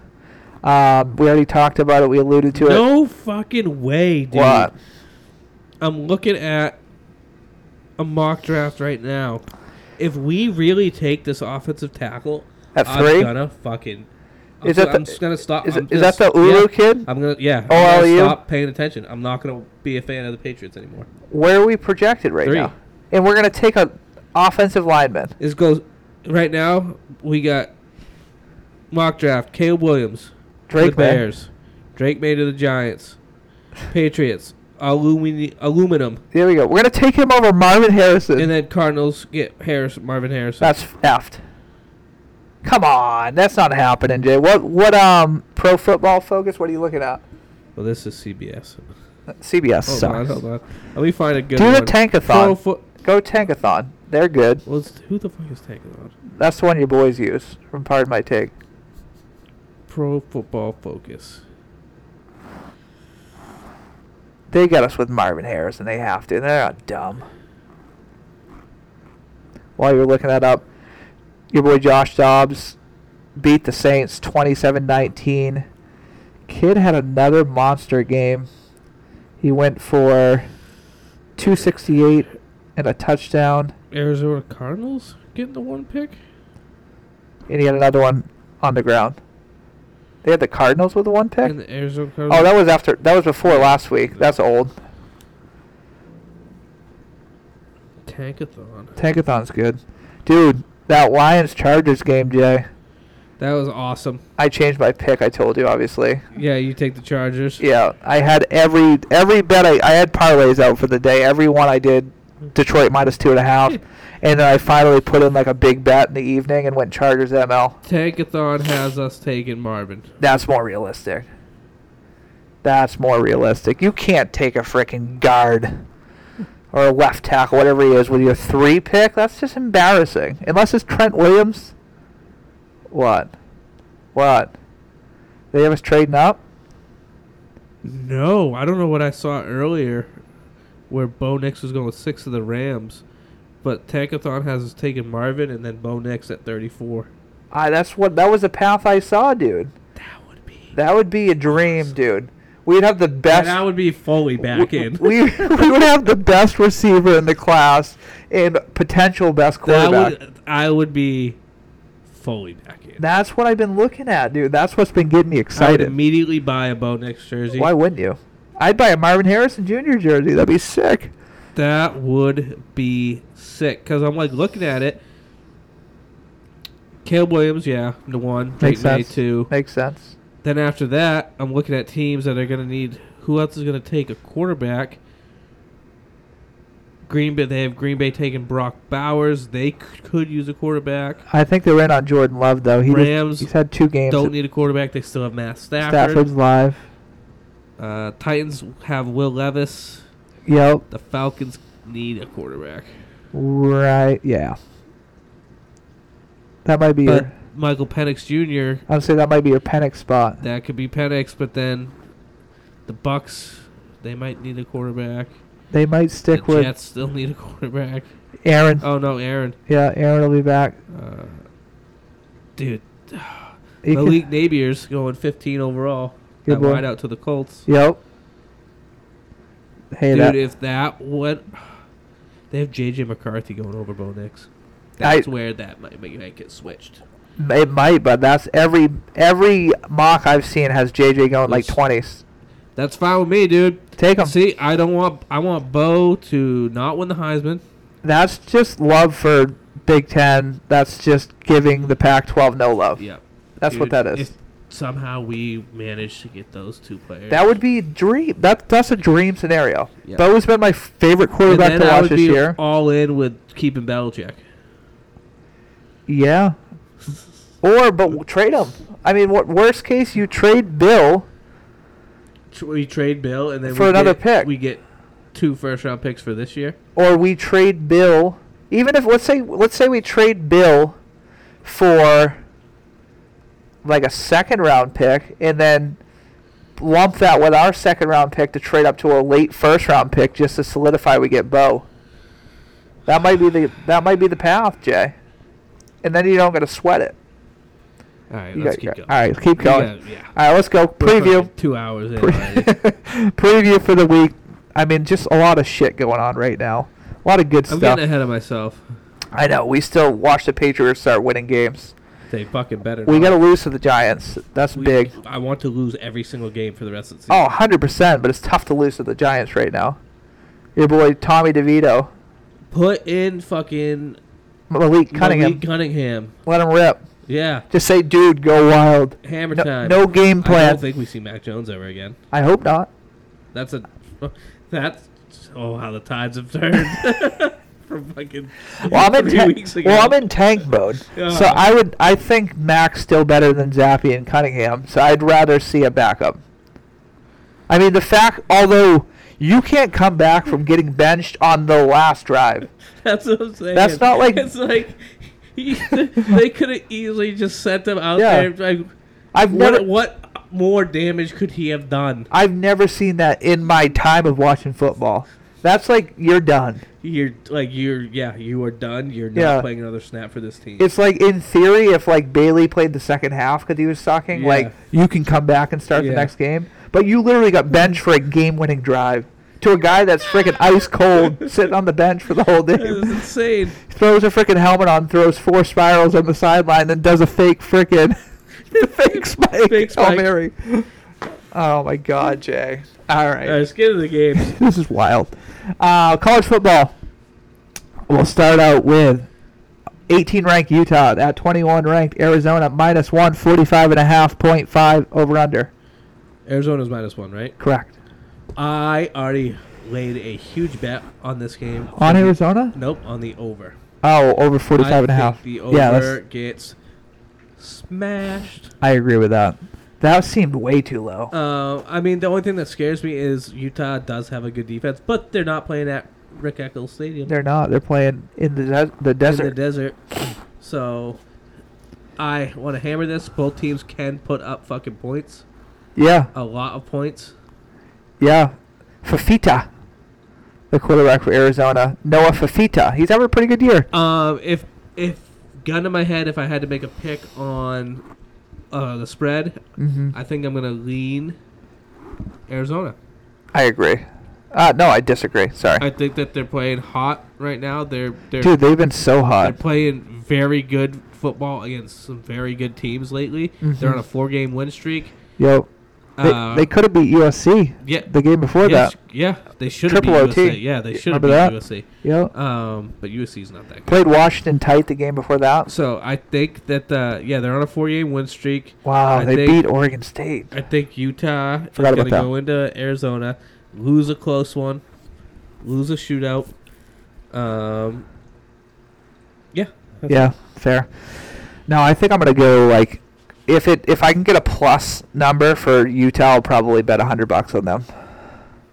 Um, we already talked about it. We alluded to it. No fucking way, dude. What? I'm looking at a mock draft right now. If we really take this offensive tackle, At I'm three? gonna fucking. I'm, Is so- that the- I'm just gonna stop. Is, I'm it- is that the just- Ulu yeah, kid? I'm gonna yeah. I'm OLU? gonna stop paying attention. I'm not gonna be a fan of the Patriots anymore. Where are we projected right Three. now? And we're going to take a offensive lineman. This goes right now. We got mock draft. Caleb Williams, to Drake the May. Bears, Drake May to the Giants, Patriots, alumini- aluminum, There we go. We're going to take him over Marvin Harrison. and then Cardinals get Harris, Marvin Harrison. That's effed. Come on, that's not happening, Jay. What what um pro football focus? What are you looking at? Well, this is CBS. CBS Hold on, sucks. hold on. Let me find a good Do one. the tankathon. Pro fo- Go tankathon. They're good. well, it's, who the fuck is tankathon? That's the one your boys use. From pardon my take. Pro Football Focus. They got us with Marvin Harris, and they have to. They're not dumb. While you're looking that up, your boy Josh Dobbs beat the Saints 27-19. Kid had another monster game. He went for 268 and a touchdown, Arizona Cardinals getting the one pick. and he had another one on the ground. They had the Cardinals with the one pick. And the Arizona Cardinals. Oh, that was after. That was before last week. That's old. Tankathon. Tankathon's good, dude. That Lions Chargers game, Jay. That was awesome. I changed my pick. I told you, obviously. Yeah, you take the Chargers. Yeah, I had every every bet. I, I had parlays out for the day. Every one I did, Detroit minus two and a half, and then I finally put in like a big bet in the evening and went Chargers ML. Tankathon has us taking Marvin. That's more realistic. That's more realistic. You can't take a freaking guard or a left tackle, whatever he is, with your three pick. That's just embarrassing. Unless it's Trent Williams. What? What? They have us trading up? No, I don't know what I saw earlier, where Bo Nix was going with six of the Rams, but Tankathon has us taking Marvin and then Bo Nix at thirty-four. I, that's what that was the path I saw, dude. That would be. That would be a dream, dude. We'd have the best that would be fully [laughs] back in. we, we would have the best receiver in the class and potential best that quarterback. would. I would be fully back in. That's what I've been looking at, dude. That's what's been getting me I would excited. immediately buy a Bo Nix jersey. Why wouldn't you? I'd buy a Marvin Harrison Jr. jersey. That'd be sick. That would be sick. Cause I'm like looking at it. Caleb Williams, yeah, the one. Drake Makes May, sense. two. Makes sense. Then after that, I'm looking at teams that are going to need. Who else is going to take a quarterback? Green Bay. They have Green Bay taking Brock Bowers. They c- could use a quarterback. I think they're in on Jordan Love though. He just- Rams he's had two games. Don't need a quarterback. They still have Matt Stafford. Stafford's live. Uh, Titans have Will Levis. Yep. The Falcons need a quarterback. Right. Yeah. That might be But your. Michael Penix Jr. I'd say that might be your panic spot. That could be Penix, but then the Bucks. They might need a quarterback. They might stick the with Jets still need a quarterback. Aaron. Oh no, Aaron. Yeah, Aaron will be back. Uh, dude, He can- Malik Nabier's going 15 overall. Good that boy. wide out to the Colts. Yep. Hey, Dude, that, if that went, they have JJ McCarthy going over Bo Nix. I- That's where that might might might get switched. it might, but that's every every mock I've seen has JJ going like Let's- twenties. That's fine with me, dude. Take him. See, I don't want I want Bo to not win the Heisman. That's just love for Big Ten. That's just giving the Pac-12 no love. Yeah, That's what Dude, that is. If somehow we manage to get those two players, That would be dream. That that's a dream scenario. Yeah. Bo's been my favorite and quarterback then to I watch would this be year. all in with keeping Belichick. Yeah. Or but w- trade him. I mean, what worst case you trade Bill? Tr- we trade Bill and then For we another get, pick. We get two first round picks for this year. or we trade Bill. Even if let's say let's say we trade Bill for like a second round pick, and then lump that with our second round pick to trade up to a late first round pick just to solidify we get Bo. That might be the that might be the path, Jay. And then you don't got to sweat it. All right, You let's got- keep you going. got- all right, keep We going. got- yeah. All right, let's go We're preview. fucking Two hours in. Pre- [laughs] already. preview for the week. I mean, just a lot of shit going on right now. A lot of good I'm stuff. getting ahead of myself. I know. We still watch the Patriots start winning games. They fucking better. We not. got to lose to the Giants. That's We- big. I want to lose every single game for the rest of the season. Oh, 100%, but it's tough to lose to the Giants right now. Your boy Tommy DeVito, Put in fucking Malik Cunningham, Malik Cunningham. let him rip. Yeah, Just say, dude, go wild. hammer No, time. no game I plan. don't think we see Mac Jones ever again. I hope not. That's a. [laughs] That's oh how the tides have turned. [laughs] From fucking Well, I'm in three tank. weeks ago. Well, I'm in tank mode. So Yeah. I would. I think Mac's still better than Zappy and Cunningham. So I'd rather see a backup. I mean, the fact, although you can't come back from getting benched on the last drive. [laughs] That's what I'm saying. That's not like- it's like he- [laughs] they could have easily just sent him out Yeah. there. Like, I've what, never. what more damage could he have done? I've never seen that in my time of watching football. That's like you're done. You're like you're yeah you are done. You're not Yeah. playing another snap for this team. [laughs] It's like in theory, if like Bailey played the second half because he was sucking, Yeah. like you can come back and start Yeah. the next game. But you literally got benched for a game-winning drive to a guy that's freaking ice [laughs] cold, sitting on the bench for the whole It's game. [laughs] insane. throws a freaking helmet on, throws four spirals on the sideline, then does a fake freaking [laughs] fake spike, Fake Hail spike. Mary. Oh my God, Jay! All right, [laughs] All right, let's get into the games. this is wild. Uh, college football. We'll start out with 18 ranked Utah at 21 ranked Arizona minus one, 45 and a half, 0.5 over under. Arizona's minus one, right? Correct. I already laid a huge bet on this game. On Arizona? Nope, on the over. Oh, over 45 I and a think half. The over yeah, that's, gets smashed. I agree with that. That seemed way too low. Uh, I mean, the only thing that scares me is Utah does have a good defense, but they're not playing at Rick Eccles Stadium They're not. They're playing in the, des- the in desert. the desert. So I want to hammer this. Both teams can put up fucking points, yeah, a lot of points. yeah. Fafita, the quarterback for Arizona. Noah Fafita. He's having a pretty good year. Um, if if gun to my head, if I had to make a pick on uh, the spread, Mm-hmm. I think I'm gonna lean Arizona. I agree. Uh, no, I disagree. Sorry. I think that they're playing hot right now. They're they're Dude, they've been so they're hot. playing very good football against some very good teams lately. They're on a four game win streak. Yo, they, Uh, they could have beat USC yeah. the game before yes, that. yeah, they should have beat Triple OT. USA. Yeah, they You should have beat remember that? USA. Yo, Um, but USC's not that good. played Washington tight the game before that. So I think that uh, yeah, they're on a four game win streak. Wow, I they think- beat Oregon State. I think Utah is Forgot going about to that. go into Arizona, lose a close one, lose a shootout. Um, yeah. Yeah, fair. No, I think I'm gonna go like if it if I can get a plus number for Utah, I'll probably bet hundred bucks on them.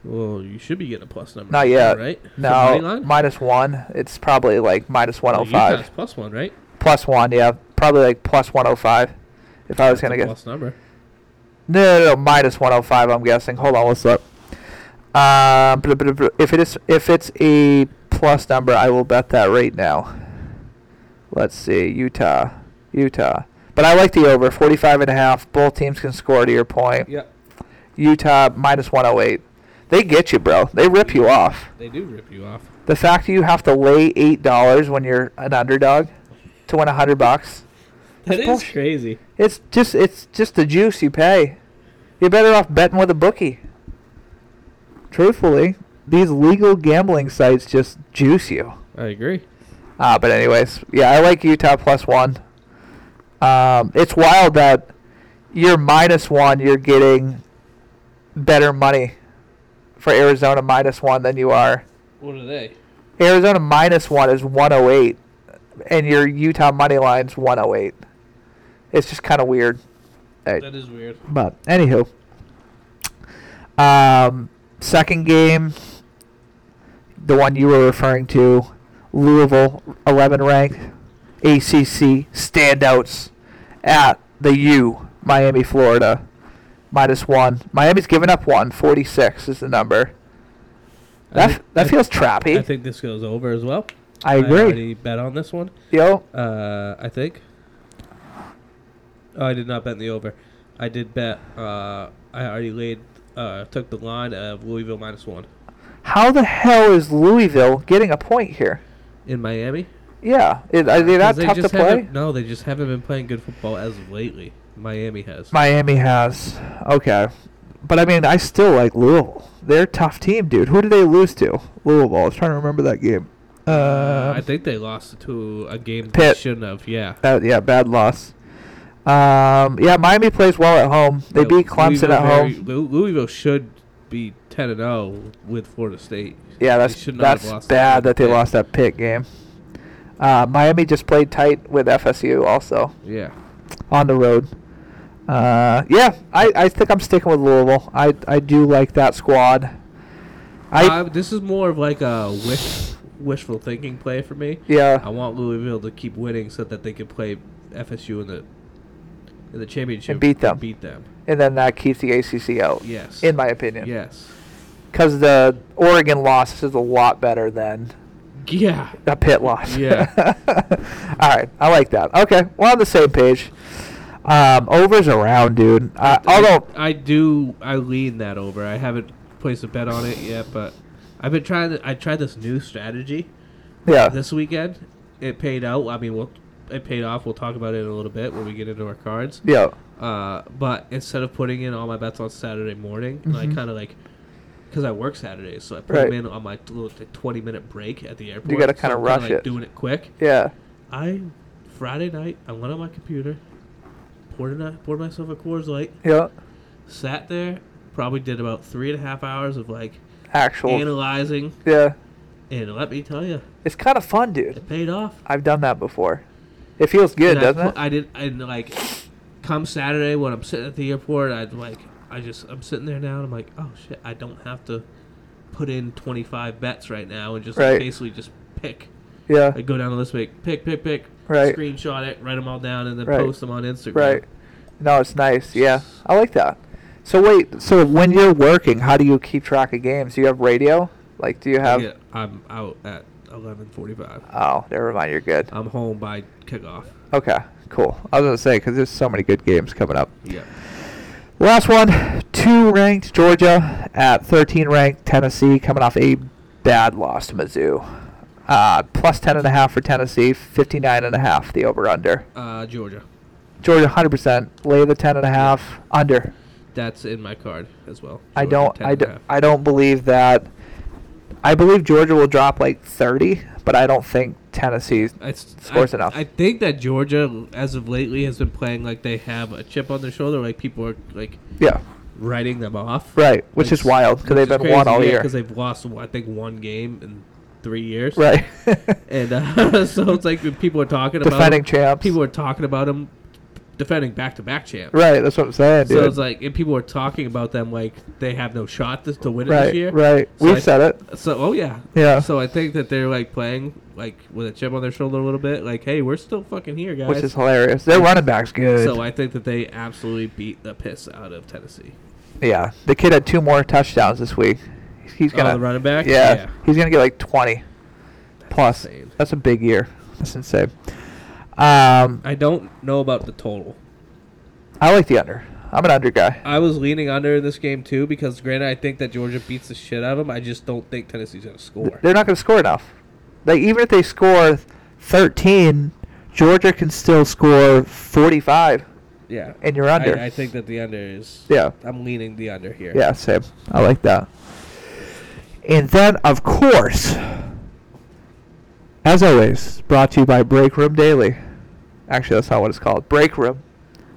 Well, you should be getting a plus number. Not yet. Right? Money No, line? minus one. It's probably like minus one Well, hundred five. Utah's plus one, right? Plus one, yeah, probably like plus one hundred five. If I was That's gonna a get plus number. No, no, no, minus 105. I'm guessing. Hold on, let's look. Uh, blah, blah, blah. if it is, if it's a plus number, I will bet that right now. Let's see, Utah, Utah. But I like the over 45 and a half. Both teams can score. To your point, Yeah, Utah minus 108. They get you, bro. They rip you off. they do rip you off. The fact you have to lay eight dollars when you're an underdog to win a hundred bucks. That That's is bullshit. crazy. It's just it's just the juice you pay. You're better off betting with a bookie. Truthfully, these legal gambling sites just juice you. I agree. Ah, but anyways, yeah, I like Utah plus one. Um, it's wild that you're minus one, you're getting better money for Arizona minus one than you are. What are they? Arizona minus one is 108, and your Utah money line's 108. It's just kind of weird. Hey. That is weird. But anywho, um, second game, the one you were referring to, Louisville, 11 ranked, ACC standouts at the U, Miami, Florida, minus one. Miami's given up one, 46 is the number. That, think- f- that I- feels I trappy. think this goes over as well. I agree. I already bet on this one. Yo, Uh, I think. Oh, I did not bet the over. I did bet. Uh, I already laid. Uh, took the line of Louisville minus one how the hell is Louisville getting a point here? in Miami. Yeah, it, are they that 'Cause tough to just play? haven't- No, they just haven't been playing good football as of lately. Miami has. Miami has. Okay. But I mean, I still like Louisville. They're a tough team, dude. Who did they lose to? Louisville. I was trying to remember that game. Uh, Uh, I think they lost to a game they Pitt. shouldn't have. Yeah. that- yeah, bad loss. Um, yeah, Miami plays well at home. They Yeah, beat Clemson Louisville at very- home. Lou- Louisville should be ten and zero with Florida State. Yeah, that's they should not have that's lost that bad game. that they Yeah. lost that Pitt game. Uh, Miami just played tight with FSU also Yeah. on the road. Uh, yeah, I, I think I'm sticking with Louisville. I, I do like that squad. I Uh, this is more of like a wish, wishful thinking play for me. yeah. I want Louisville to keep winning so that they can play FSU in the in the championship And beat them. Beat them. and then that keeps the ACC out, Yes. in my opinion. yes. Because the Oregon loss is a lot better than Yeah. the Pitt loss. Yeah. [laughs] All right, I like that. Okay, we're on the same page. Um, overs around, dude. Uh, although I, I do. I lean that over. I haven't placed a bet on it yet, but I've been trying. To, I tried this new strategy yeah, this weekend. It paid out. I mean, we'll. It paid off. We'll talk about it in a little bit when we get into our cards. yeah, Uh, but instead of putting in all my bets on Saturday morning, and I kind of like because I work Saturdays, so I put them Mm-hmm. Right. in on my little like, twenty minute break at the airport. gotta so kinda I'm rush like, it. Doing it quick. Yeah. I Friday night I went on my computer, poured a, poured myself a Coors Light, Yeah. sat there, probably did about three and a half hours of like Actual. analyzing, yeah. and let me tell you, It's kind of fun, dude. it paid off. I've done that before. It feels good, And I, doesn't pu- I did, and like, come Saturday when I'm sitting at the airport, I'd like, I just, I'm sitting there now, and I'm like, oh shit, I don't have to put in 25 bets right now and just Right. basically just pick. it? Yeah. I go down the list, make pick, pick, pick, Right. screenshot it, write them all down, and then Right. post them on Instagram. Right. No, it's nice. Yeah, I like that. So wait, so when you're working, how do you keep track of games? Do you have radio? Like, do you I have? get- I'm out at 11:45. Oh, never mind. You're good. I'm home by kickoff. Okay, cool. I was gonna say because there's so many good games coming up. Yeah. Last one, two ranked Georgia at 13 ranked Tennessee, coming off a bad loss to Mizzou. Uh, plus 10 and a half for Tennessee, 59 and a half the over under. Uh, Georgia. Georgia 100% lay the 10 and a half under. That's in my card as well. I Georgia, don't 10 I, and d- a half. I don't believe that I believe Georgia will drop like 30, but I don't think Tennessee's It's, Scores I, enough. I think that Georgia, as of lately, has been playing like they have a chip on their shoulder. Like people are like yeah, writing them off. right, which is wild cuz they've been one all year. because they've lost I think one game in three years. [laughs] Right. And uh, [laughs] so it's like when people are talking about Defending 'em- champs. People are talking about them defending back to back champs. right, that's what I'm saying, dude. So it's like and people are talking about them like they have no shot to, to win it this right, year. right. So We've I- said it. So oh yeah. Yeah. So I think that they're like playing like with a chip on their shoulder a little bit. Like hey, we're still fucking here, guys. Which is hilarious. Their running back's good. So I think that they absolutely beat the piss out of Tennessee. yeah, the kid had two more touchdowns this week. He's Oh, gonna the running back? Yeah, Yeah. he's gonna get like 20 plus. insane. That's a big year. That's insane. Um, I don't know about the total. I like the under. I'm an under guy. I was leaning under in this game too because granted I think that Georgia beats the shit out of them. I just don't think Tennessee's gonna score. They're not going to score enough. Like even if they score 13, Georgia can still score 45. Yeah. And you're under. I, I think that the under is. Yeah. I'm leaning the under here. Yeah, same. I like that. And then, of course, as always, brought to you by Break Room Daily. Actually, that's not what it's called. Break Room.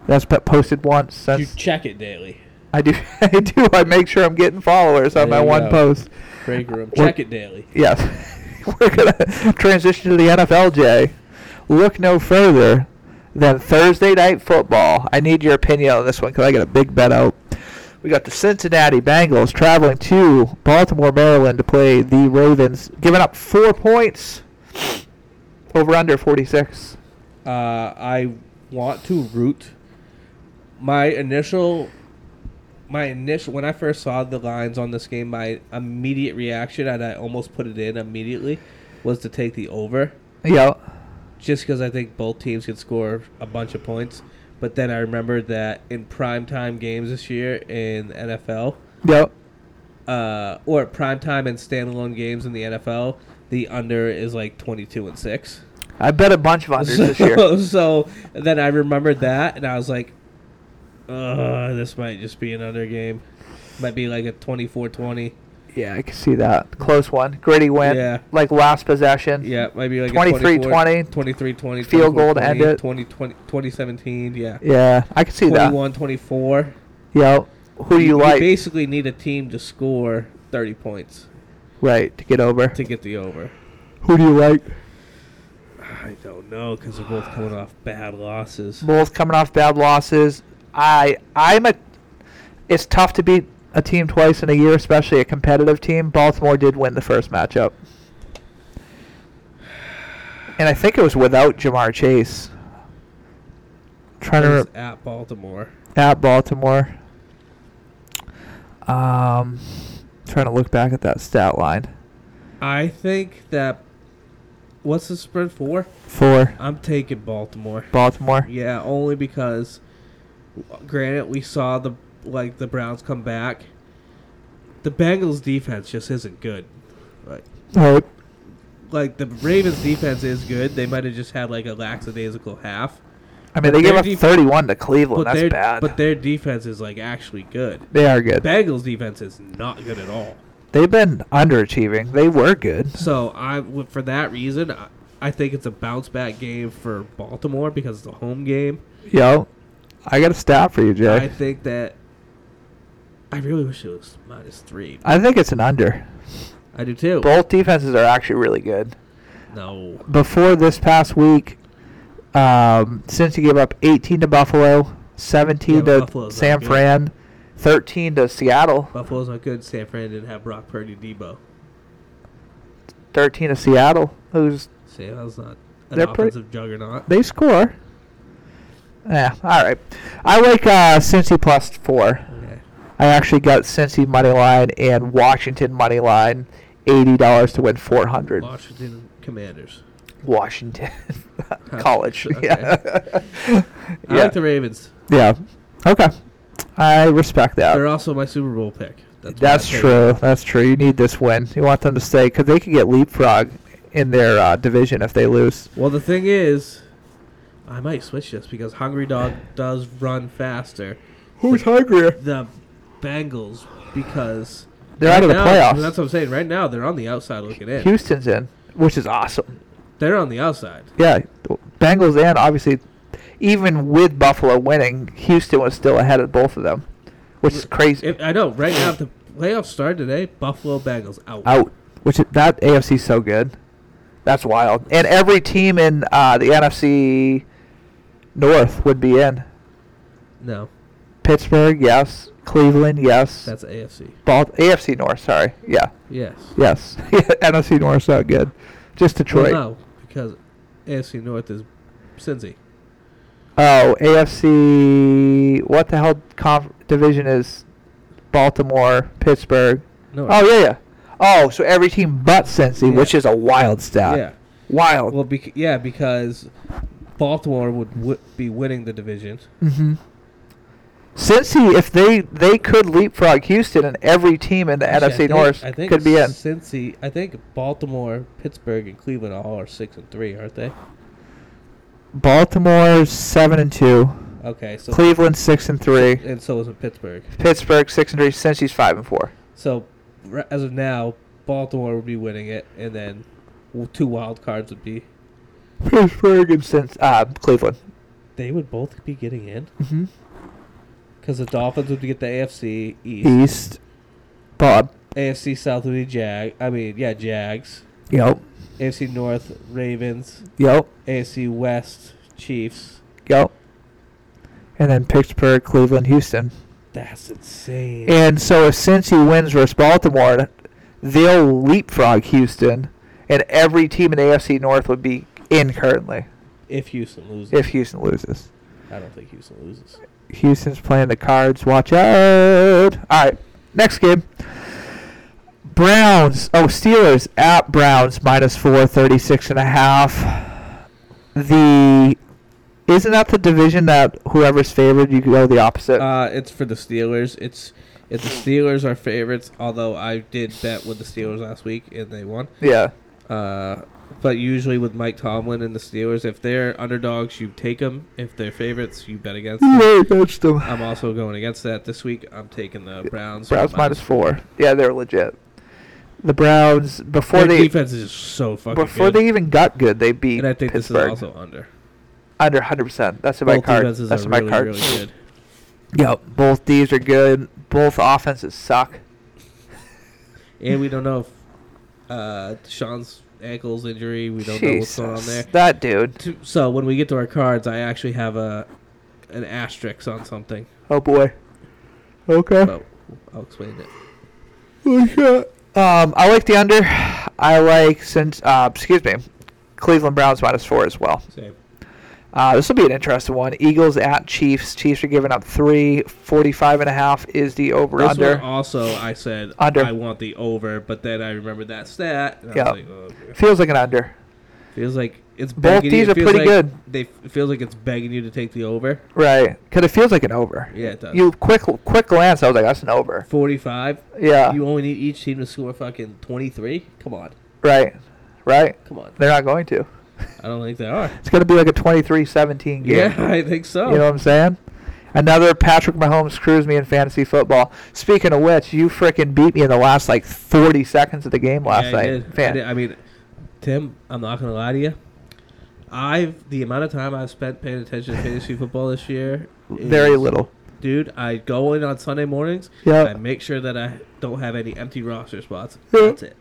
That's been posted once You since check it daily. I do. [laughs] I do. I make sure I'm getting followers on There my you one go. post. Break room. Well- Check it daily. Yes. [laughs] We're going to transition to the NFL, Jay. Look no further than Thursday night football. I need your opinion on this one because I got a big bet out. We got the Cincinnati Bengals traveling to Baltimore, Maryland to play the Ravens, giving up four points over under 46. Uh, I want to root. My initial, my initial when I first saw the lines on this game, my immediate reaction, and I almost put it in immediately, was to take the over, Yeah. just because I think both teams could score a bunch of points. But then I remembered that in primetime games this year in NFL, Yep. uh, or primetime and standalone games in the NFL, the under is like 22 and 6. I bet a bunch of unders [laughs] this year. So, so then I remembered that and I was like, uh, this might just be an under game. Might be like a 24 20. Yeah, I can see that. Close one. Gritty win. Yeah. Like last possession. Yeah, might be like 23 20. 23 20. Field goal to end it. 20, 20, 2017. Yeah. Yeah, I can see that. 21 24. Yep. Who do you like? basically need a team to score 30 points Right, to get over. to get the over. Who do you like? I don't know because they're both coming off bad losses. Both coming off bad losses. I I'm a it's tough to beat a team twice in a year, especially a competitive team. Baltimore did win the first matchup. And I think it was without Jamar Chase. Trying to Plays re- at Baltimore. at Baltimore. Um trying to look back at that stat line. I think that. What's the spread for? For I'm taking Baltimore. Baltimore. Yeah, only because, granted, we saw the like the Browns come back. The Bengals defense just isn't good. Like, Right. like the Ravens defense is good. They might have just had like a lackadaisical half, I mean, they gave their up def- 31 to Cleveland. But That's their bad. but their defense is like actually good. they are good. Bengals defense is not good at all. They've been underachieving. They were good. So I w- for that reason, I, I think it's a bounce back game for Baltimore because it's a home game. Yo, I got a stat for you, Jay. I think that I really wish it was minus three. I think it's an under. I do too. Both defenses are actually really good. No, Before this past week, um, since you gave up 18 to Buffalo, 17 Yeah, but to Buffalo's not San good. Fran, 13 to Seattle, Buffalo's not good. San Fran didn't have Brock Purdy, Debo. 13 to Seattle, who's Seattle's not an They're pretty- offensive juggernaut. they score. Yeah, all right. I like uh, Cincy plus four. Okay. I actually got Cincy money line and Washington money line, eighty dollars to win four hundred. Washington Commanders. Washington [laughs] College. Okay. Yeah. I yeah. like the Ravens. yeah. Okay. I respect that. They're also my Super Bowl pick. That's, why I That's picked true. That's true. You need this win. You want them to stay because they could get leapfrog in their uh, division if they lose. Well, the thing is, I might switch this because Hungry Dog does run faster. Who's hungrier? The Bengals, because They're out of the now- playoffs. That's what I'm saying. Right now, they're on the outside looking in. Houston's in, which is awesome. They're on the outside. Yeah, Bengals and obviously, even with Buffalo winning, Houston was still ahead of both of them, which is crazy. If, I know. Right now, if the playoffs start today, Buffalo Bengals out. out, which is, that AFC's so good. That's wild. And every team in uh, the NFC North would be in. No, Pittsburgh, yes. Cleveland, yes. that's AFC. Bal- AFC North, sorry. Yeah. Yes. Yes. [laughs] NFC North's not good. Just Detroit. Well, no, because AFC North is Cincy. Oh, AFC. What the hell conf- division is Baltimore, Pittsburgh? No. Oh, yeah, yeah. Oh, so every team but Cincy, Yeah. which is a wild stat. Yeah. Wild. Well, bec- yeah, because Baltimore would w- be winning the division. Mm-hmm. Cincy, if they they could leapfrog Houston, and every team in the Actually, NFC North could be in. Cincy, I think Baltimore, Pittsburgh, and Cleveland all are six and three, aren't they? Baltimore's seven and two, Okay, so Cleveland six and three, and so is Pittsburgh. Pittsburgh six and three. Cincy's five and four. So r- as of now, Baltimore would be winning it, and then w- two wild cards would be. Pittsburgh and Cincy, uh, Cleveland. They would both be getting in Mm-hmm. because the Dolphins would get the AFC East, East, Bob. AFC South would be Jag. I mean, yeah, Jags. Yep. AFC North, Ravens. Yep. AFC West, Chiefs. Yep. And then Pittsburgh, Cleveland, Houston. That's insane. And so if Cincy wins versus Baltimore, they'll leapfrog Houston, and every team in the AFC North would be in currently if Houston loses, if Houston loses. I don't think Houston loses. Houston's playing the Cards. Watch out! All right, next game. Browns. Oh, Steelers at Browns minus four, 36 and a half. The isn't that the division that whoever's favored you go the opposite? Uh, it's for the Steelers. It's if the Steelers are favorites, although I did bet with the Steelers last week and they won. yeah. Uh, but usually with Mike Tomlin and the Steelers, if they're underdogs, you take them. If they're favorites, you bet against them. Yeah, that's them. I'm also going against that this week. I'm taking the Browns. Browns minus four. Yeah, they're legit. The Browns before Their they defense is so fucking before good. they even got good, they beat and I think Pittsburgh this is also under. under 100. percent That's in my Both card. defenses That's are in my really, card. really good. Yep, both these are good. Both offenses suck. And we don't know if uh, Sean's ankle's injury. We don't know what's going on there. Jesus, That dude. To- So when we get to our cards, I actually have a an asterisk on something. Oh boy. Okay. But I'll explain it. Um, I like the under. I like since uh, excuse me, Cleveland Browns minus four as well. Same. Uh, this will be an interesting one. Eagles at Chiefs. Chiefs are giving up three. 45 and a half is the over This under. one uh, also, I said Under. I want the over, but then I remembered that stat. And Yeah. I was like, oh, okay. Feels like an under. Feels like it's Both begging these you. are it feels pretty like good. They it feels like it's begging you to take the over. Right. Because it feels like an over. Yeah, it does. You quick quick glance, I was like, that's an over. Forty five. Yeah. You only need each team to score fucking twenty three. Come on, right. Right. come on. They're not going to. I don't think [laughs] they are. It's going to be like a 23-17 game. Yeah, [laughs] I think so. You know what I'm saying? Another Patrick Mahomes screws me in fantasy football. Speaking of which, you freaking beat me in the last like 40 seconds of the game last Yeah, I night. did. I Fan- did. I mean, Tim, I'm not gonna lie to you. I've the amount of time I've spent paying attention to fantasy football this year. Very is- little. dude. I go in on Sunday mornings. Yeah. I make sure that I don't have any empty roster spots. [laughs] Yeah. That's it.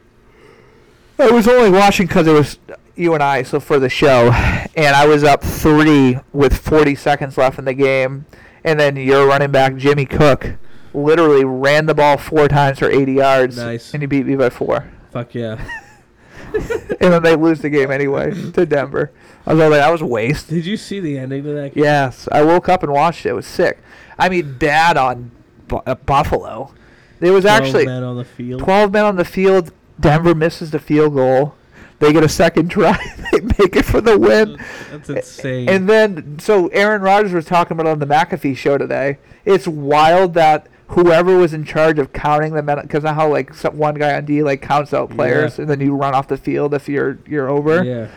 I was only watching because it was you and I, so for the show, and I was up three with 40 seconds left in the game, and then your running back Jimmy Cook literally ran the ball four times for 80 yards, Nice. and he beat me by four, Fuck yeah. [laughs] and then they lose the game anyway to Denver. I was all like, I was wasted. Did you see the ending to that game? Yes, I woke up and watched it. It was sick. I mean, bad on Bu- uh, Buffalo. There was Twelve actually men on the field. 12 men on the field. Denver misses the field goal. They get a second [laughs] try. they make it for the win. That's insane. And then, so Aaron Rodgers was talking about it on the McAfee show today. It's wild that whoever was in charge of counting the men, because how like some, one guy on D like counts out players Yeah. and then you run off the field if you're you're over. yeah.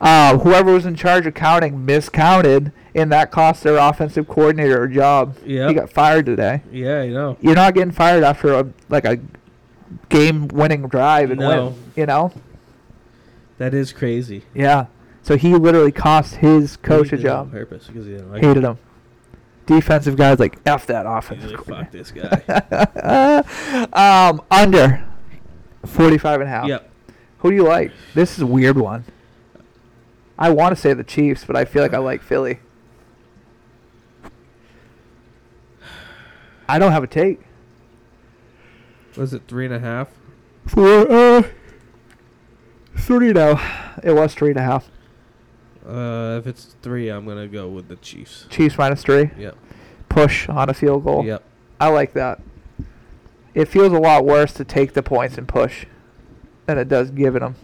Uh, whoever was in charge of counting miscounted, and that cost their offensive coordinator a job. He Yep. got fired today. Yeah, you know. You're not getting fired after a like a game-winning drive and No. win. You know? That is crazy. Yeah. So he literally cost his coach He a did it on job. purpose because he didn't like Hated him. Defensive guys like f that it. He's offensive. [laughs] like, coordinator. fuck this guy. [laughs] um, under 45 and a half. yep. Who do you like? This is a weird one. I want to say the Chiefs, but I feel like I like Philly. [sighs] I don't have a take. Was it three and a half? For uh, three now. It was three and a half. Uh, if it's three, I'm gonna go with the Chiefs. Chiefs minus three. Yep. Push on a field goal. Yep. I like that. It feels a lot worse to take the points and push than it does giving them.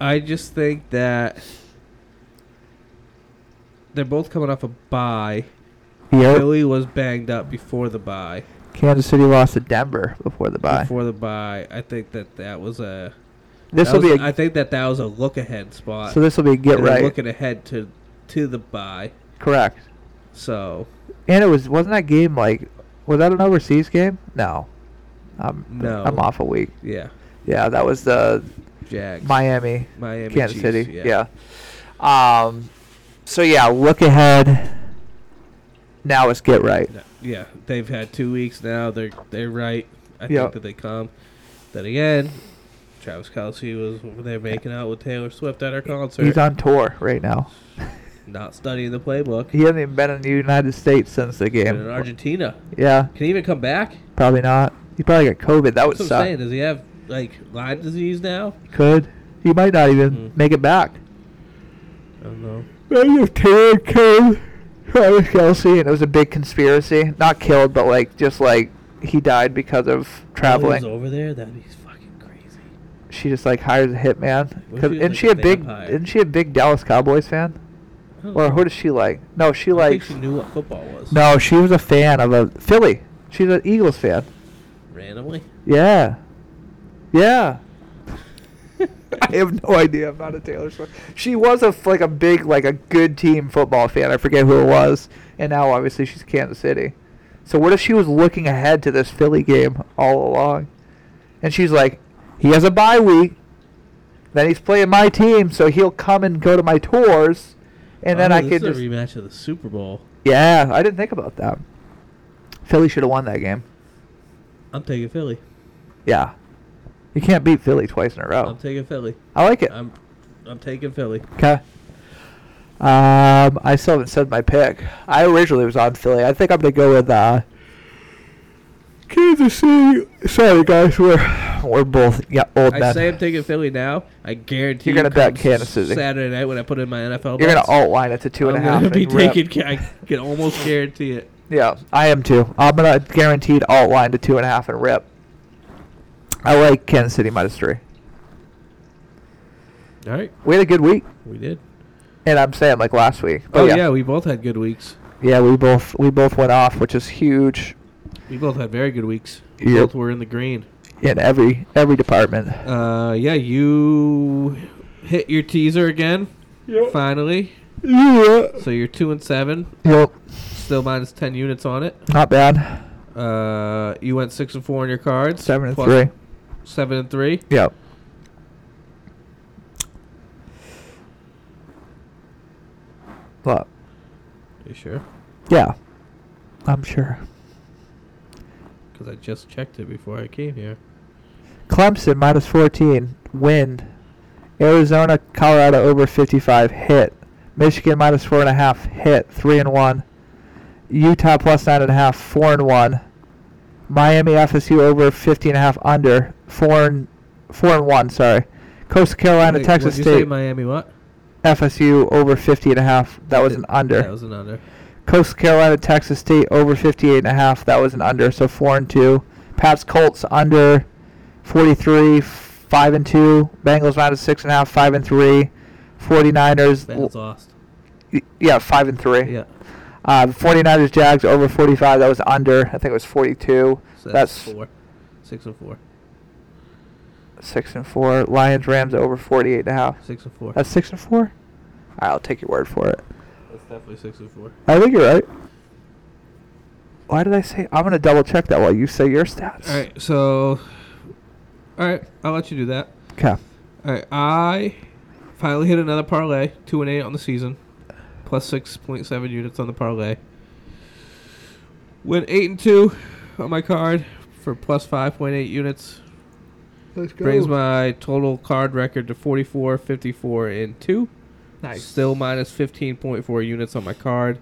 I just think that they're both coming off a bye. Philly was banged up before the bye. Kansas City lost to Denver before the bye. Before the bye, I think that that was a. This that will be was- I a, think that that was a look ahead spot. so. This will be a get And they're right. Looking ahead to to the bye, Correct. so And it was wasn't that game like was that an overseas game? No. Um, No. I'm off a week. yeah, Yeah, that was the Jags, Miami, Miami, Kansas Chiefs, City. Yeah. Um so yeah, look ahead. Now it's get right. No, yeah, they've had two weeks now. They're they're right. I Yeah. think that they come. Then again, Travis Kelsey was over there making out with Taylor Swift at her concert, He's on tour right now. not studying the playbook. He hasn't even been in the United States since the Been in game. Argentina, Yeah, can he even come back? probably not. He probably got COVID. That would That's what I'm suck. saying. Does he have like Lyme disease now? Could. He might not even Mm. make it back. I don't know. Maybe if Taylor killed Travis Kelsey, and it was a big conspiracy. Not killed, but like just like he died because of He was traveling. over there. That'd be fucking crazy. She just like hires a hitman. What if 'Cause- he was, Isn't like, she a a big? vampire? Isn't she a big Dallas Cowboys fan? I don't Or know. who does she like? No, she I think likes. she knew what football was. No, she was a fan of a Philly. She's an Eagles fan. Randomly. Yeah. Yeah. I have no idea. I'm not a Taylor Swift. She was a f- like a big like a good team football fan. I forget who it was, and now obviously she's Kansas City. So what if she was looking ahead to this Philly game all along, and she's like, he has a bye week, then he's playing my team, so he'll come and go to my tours, [laughs] and then Oh, I this could is just a rematch of the Super Bowl. yeah. I didn't think about that. Philly should have won that game. I'm taking Philly. Yeah, you can't beat Philly twice in a row. I'm taking Philly. I like it. I'm I'm taking Philly. Okay. Um, I still haven't said my pick. I originally was on Philly. I think I'm gonna go with uh, Kansas City. Sorry, guys, we're we're both yeah old I men. say I'm taking Philly now. I guarantee You're gonna you bet come Kansas City. Saturday night when I put in my NFL. You're gonna bets, alt line it to two and a I'm half. gonna be and rip. taking. Ca- I can almost guarantee it. Yeah, I am too. I'm gonna guaranteed alt line to two and a half and rip. I like Kansas City minus three. All right, We had a good week, we did. and I'm saying like last week. But Oh yeah. yeah, we both had good weeks. yeah, we both we both went off, which is huge We both had very good weeks. Yep. Both were in the green. in every every department. Uh, yeah, you hit your teaser again. Yep. Finally. Yeah. So you're two and seven, Yep. still minus ten units on it. Not bad. Uh, you went six and four on your cards. Seven and plus three. Seven and three. Yep. Well, you sure? yeah. I'm sure. Because I just checked it before I came here. Clemson minus 14, wind. Arizona, Colorado over 55, hit. Michigan minus 4.5, hit. 3 and 1. Utah plus 9.5, 4 and 1. Miami, FSU over 50.5, under. 4 and, four and 1, sorry. Coastal Carolina, Wait, Texas what'd you say State, Miami what? FSU over 50.5, that was Yeah, an under. That was an under. Coastal Carolina, Texas State over 58 and a half. That was an under, so four and two. Pat's Colts under 43, five and two. Bengals minus six and a half, five and three. 49ers, Bengals lost. y- yeah, five and three. Yeah. Uh, 49ers, Jags over 45. That was under. I think it was 42. So that's that's, four. Six and four. six and four. Lions, Rams over 48 and a half. Six and four. That's six and four. All right, I'll take your word for it. That's definitely six and four. I think you're right. Why did I say? I'm gonna double check that while you say your stats. All right. So, all right. I'll let you do that. Okay. All right. I finally hit another parlay. Two and eight on the season, plus six point seven units on the parlay. Went eight and two on my card for plus five point eight units. Let's go. Brings my total card record to 44, 54, and 2. Still minus 15.4 units on my card.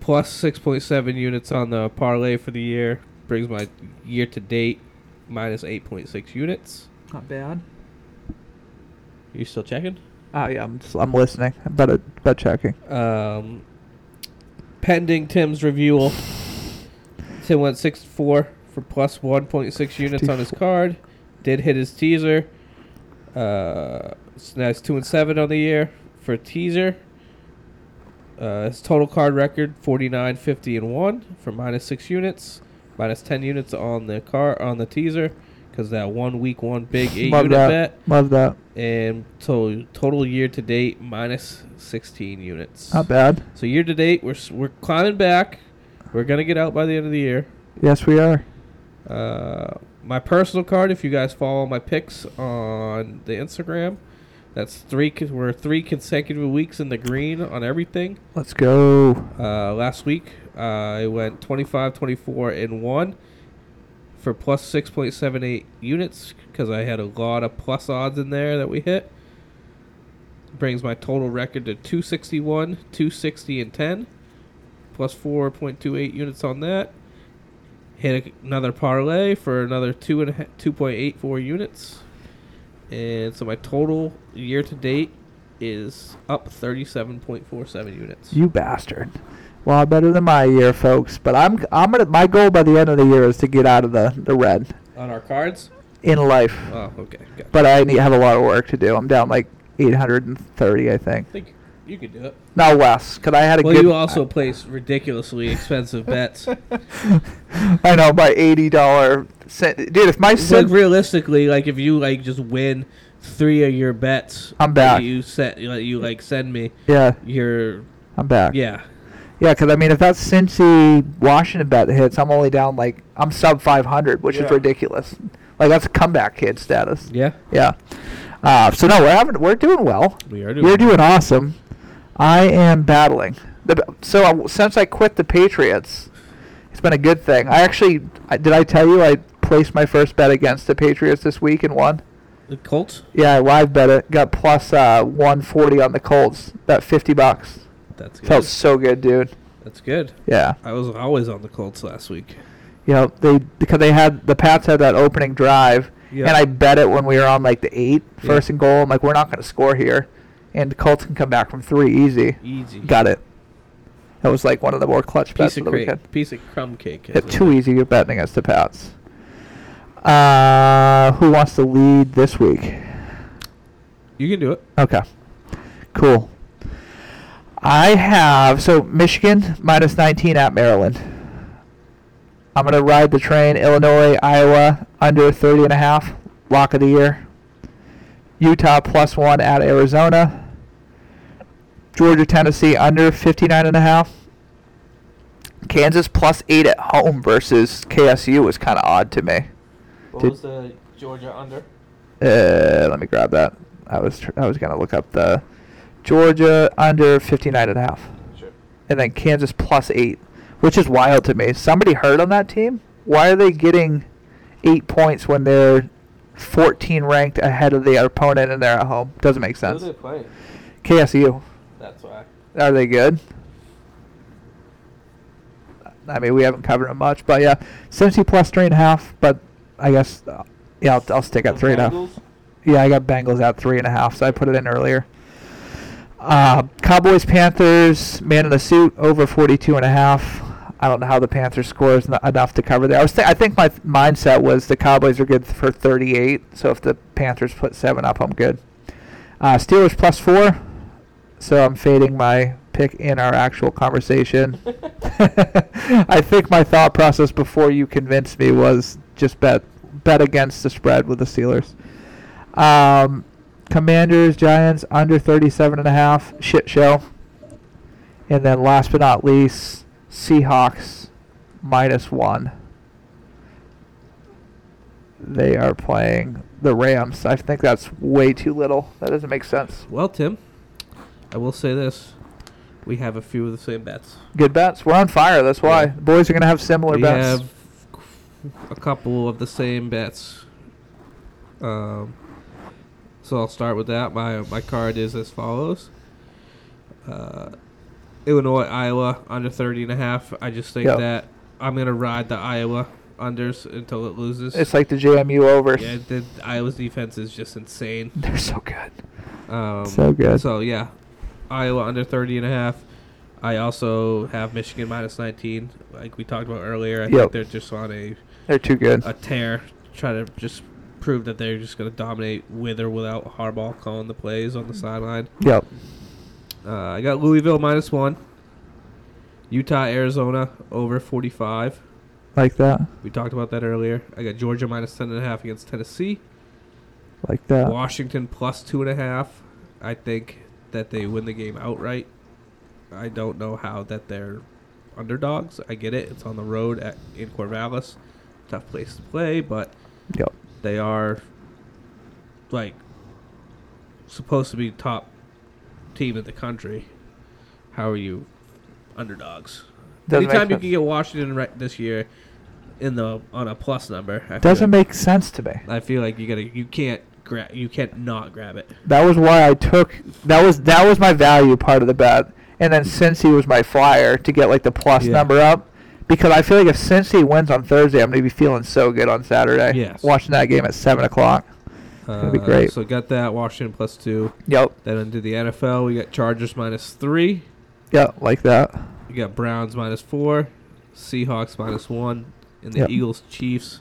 Plus 6.7 units on the parlay for the year. Brings my year to date minus 8.6 units. Not bad. You still checking? Oh yeah, I'm just, I'm listening. I'm better bet checking. Um, pending Tim's review. Tim went 6 4 for plus 1.6 units on his 54. card. Did hit his teaser. Uh, so now it's 2 and 7 on the year for a teaser. Uh, his total card record 49 50 and 1 for minus 6 units. Minus 10 units on the car on the teaser because that one week one big 8 Love unit that. bet. Love that. And total, total year to date minus 16 units. Not bad. So year to date, we're s- we're climbing back. We're gonna get out by the end of the year. Yes, we are. Uh, my personal card, if you guys follow my picks on the Instagram, that's three. con- We're three consecutive weeks in the green on everything. Let's go. Uh, last week, I went 25, 24, and one for plus 6.78 units because I had a lot of plus odds in there that we hit. Brings my total record to 261, 260, and 10. Plus 4.28 units on that. Hit a- another parlay for another two and a ha- 2.84 units. And so my total year to date is up 37.47 units. You bastard. A lot better than my year, folks. But I'm I'm gonna my goal by the end of the year is to get out of the the red On our cards? in life. Oh, okay. Got But I need have a lot of work to do. I'm down like 830, I think. I think you could do it. Now Wes, cause I had a Well, good. you also place ridiculously expensive [laughs] bets. [laughs] I know my eighty dollar cent, dude. If my It's like cent, realistically, like if you like just win three of your bets, I'm that back. You set you, like, you like send me yeah, your I'm back. yeah. Yeah, because I mean, if that Cincy Washington bet hits, I'm only down like I'm sub 500, which is Yeah. ridiculous. Like that's a comeback kid status. Yeah, Yeah. Uh, so no, we're having we're doing well. we are You're doing awesome. I am battling. The, b- so I, since I quit the Patriots, it's been a good thing. I actually I, did I tell you I placed my first bet against the Patriots this week and won. the Colts. Yeah, I live bet it. Got plus uh, 140 on the Colts. That 50 bucks That's good. felt so good, dude. That's good. Yeah. I was always on the Colts last week. you know they because they had the Pats had that opening drive, Yeah. and I bet it when we were on like the eight Yeah. first and goal. I'm like, we're not going to score here, and the Colts can come back from three easy. Easy Got it. That was like one of the more clutch bets piece of of the cake, weekend. piece of crumb cake. Hit too easy. You're betting against the Pats. Uh, who wants to lead this week? You can do it. Okay, cool. I have so Michigan minus 19 at Maryland. I'm gonna ride the train. Illinois, Iowa under 30 and a half. Lock of the year. Utah plus one at Arizona. Georgia, Tennessee under 59 and a half. Kansas plus eight at home versus KSU was kind of odd to me. What Did- was the Georgia under? Uh, let me grab that. I was tr- I was gonna look up the Georgia under 59 and a half, Sure. and then Kansas plus eight, which is wild to me. Somebody hurt on that team. Why are they getting eight points when they're 14 ranked ahead of the opponent and they're at home? Doesn't make Who sense. they play? KSU. That's why. Are they good? I mean, we haven't covered it much, but yeah, Cincy plus three and a half. But I guess uh, yeah, I'll, I'll stick at The three and a half. Bengals? Yeah, I got Bengals at three and a half, so I put it in earlier. Uh, Cowboys, Panthers, man in the suit over 42 and a half. I don't know how the Panthers scores n- enough to cover there. I was th- I think my th- mindset was the Cowboys are good for 38, so if the Panthers put seven up, I'm good. Uh, Steelers plus four, so I'm fading my pick in our actual conversation. [laughs] I think my thought process before you convinced me was just bet bet against the spread with the Steelers. Um, Commanders, Giants under 37 and a half. Shit show. And then last but not least, Seahawks minus one. They are playing the Rams. I think that's way too little. That doesn't make sense. Well, Tim, I will say this: we have a few of the same bets. Good bets. We're on fire. That's why. Yeah. The boys are going to have similar we bets. have a couple of the same bets. Um, so I'll start with that. My my card is as follows: uh, Illinois, Iowa under thirty and a half. I just think Yep. that I'm gonna ride the Iowa unders until it loses. It's like the JMU over. yeah, the Iowa's defense is just insane. [laughs] They're so good. Um, So good. So yeah, Iowa under 30 and a half. I also have Michigan minus 19, like we talked about earlier. I Yep. think they're just on a, They're too good. a tear, trying to just prove that they're just going to dominate with or without Harbaugh calling the plays on the sideline. Yep. Uh, I got Louisville minus one. Utah, Arizona over 45. Like that. We talked about that earlier. I got Georgia minus 10.5 against Tennessee. Like that. Washington plus two and a half. I think that they win the game outright. I don't know how that they're underdogs. I get it; it's on the road at in Corvallis, tough place to play, but Yep. they are like supposed to be top team in the country. How are you underdogs? Doesn't make Anytime you sense. can get Washington right this year in the on a plus number, I feel Doesn't like- make sense to me. I feel like you gotta you can't grab you can't not grab it. That was why I took that was that was my value part of the bet, and then Cincy was my flyer to get like the plus Yeah. number up, because I feel like if Cincy wins on Thursday, I'm gonna be feeling so good on Saturday. Yes. Watching that game at seven o'clock. That'd be great. Uh, So got that Washington plus two. Yep. Then into the NFL, we got Chargers minus three. Yep. Like that. We got Browns minus four, Seahawks minus one, and the Yep. Eagles Chiefs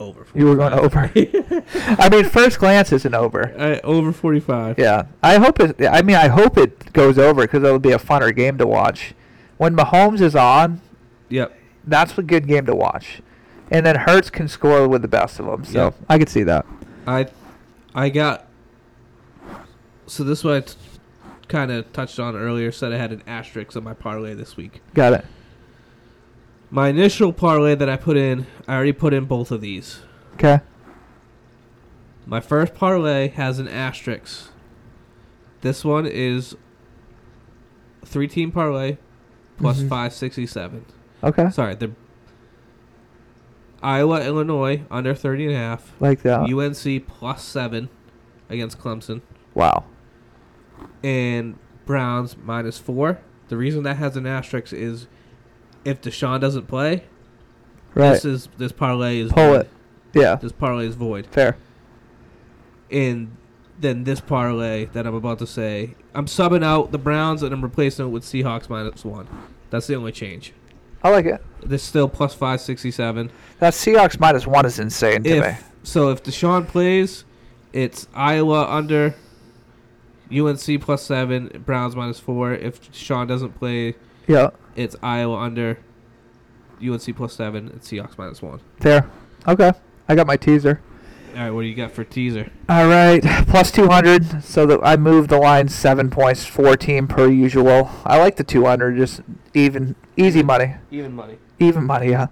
over. You were going over. [laughs] I mean, first glance isn't over. I, Uh, over forty five. Yeah. I hope it. I mean, I hope it goes over because it'll be a funner game to watch. When Mahomes is on, Yep. that's a good game to watch, and then Hertz can score with the best of them. So Yep. I could see that. I I got. So this one I t- kind of touched on earlier. Said I had an asterisk on my parlay this week. Got it. My initial parlay that I put in, I already put in both of these. Okay. My first parlay has an asterisk. This one is three team parlay plus Mhm. 567. Okay. Sorry, the Iowa, Illinois under 30 and a half. Like that. UNC plus 7 against Clemson wow. and Browns minus 4. The reason that has an asterisk is if Deshaun doesn't play, Right. this is this parlay is Pull void. it. Yeah. This parlay is void. Fair. in than this parlay that I'm about to say. I'm subbing out the Browns and I'm replacing it with Seahawks minus one. That's the only change. I like it. There's still plus five sixty seven. That Seahawks minus one is insane to me. If so, if Deshaun plays, it's Iowa under, UNC plus seven, Browns minus four. If Deshaun doesn't play, Yeah. it's Iowa under, UNC plus seven, and Seahawks minus one. Fair. Okay. I got my teaser. All right, what do you got for teaser? All right, [laughs] plus 200. So that I moved the line seven points, four team per usual. I like the 200, just even, easy money, Even money. even money. Yeah.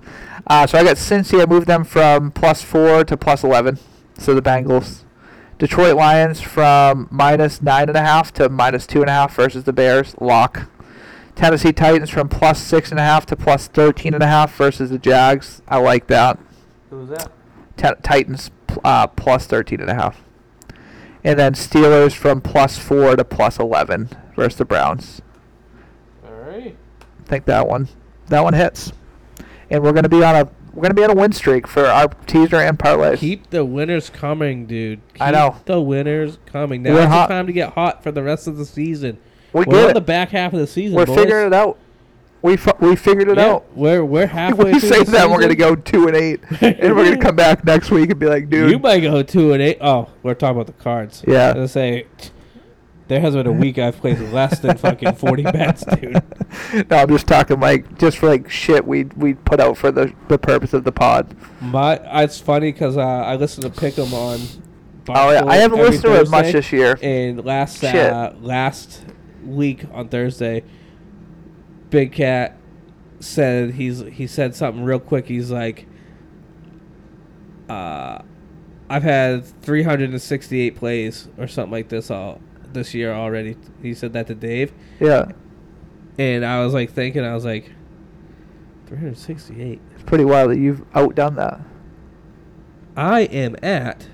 Uh, so I got Cincy. I moved them from plus four to plus 11. So the Bengals. Detroit Lions from minus nine and a half to minus two and a half versus the Bears. Lock. Tennessee Titans from plus six and a half to plus thirteen and a half versus the Jags. I like that. Who was that? Ti- Titans pl- uh, plus 13 and a half. And then Steelers from plus 4 to plus 11 versus the Browns. All right. I think that one that one hits. And we're going to be on a we're going to be on a win streak for our teaser and parlay. Keep the winners coming, dude. Keep I know. the winners coming. We're Now it's hot. time to get hot for the rest of the season. we We're on get the it. back half of the season. We're boys. figuring it out. We fu- we figured it Yeah, out. [laughs] We're we're halfway. We through say the that we're going to season. go 2 and [laughs] 8 and we're going to come back next week and be like, You dude, might go two and eight. Oh, we're talking about the cards. Yeah. I was gonna say, there has been a week I've played less than fucking [laughs] forty bets, dude. no, I'm just talking like just for like shit we we put out for the the purpose of the pod. My, it's funny because uh, I listen to Pick'em on. Oh, yeah. I Barstool haven't every listened to it much Thursday. this year. And last Shit. uh, last week on Thursday, Big Cat said he's he said something real quick. He's like, uh, "I've had 368 plays or something like this all this year already." He said that to Dave, Yeah. and I was like thinking, I was like, "368." It's pretty wild that you've outdone that. I am at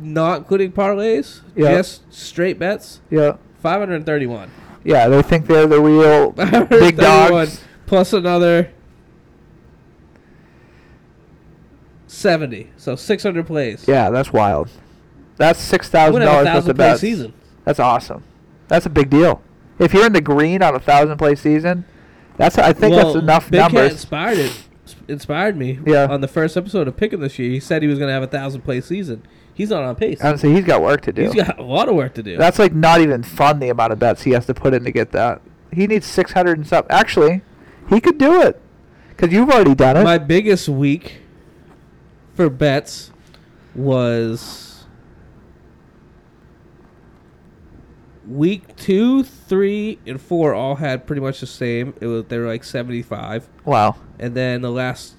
not including parlays, Yeah. just straight bets, Yeah. [laughs] 531. Yeah, they think they're [laughs] the real big 531, dogs. Plus another 70. So 600 plays. Yeah, that's wild. That's six I thousand would have dollars a worth thousand of play bets. season. That's awesome. That's a big deal. If you're in the green on a thousand play season, that's I think Well, that's enough Big Cat numbers. inspired it. Inspired me Yeah. on the first episode of Picking this year. He said he was going to have a thousand play season. He's not on pace. Honestly, he's got work to do. He's got a lot of work to do. that's like not even fun the amount of bets he has to put in to get that. He needs six hundred and something. Actually, he could do it because you've already done it. My biggest week for bets was week two, three, and four all had pretty much the same. It was they were like seventy five, wow. and then the last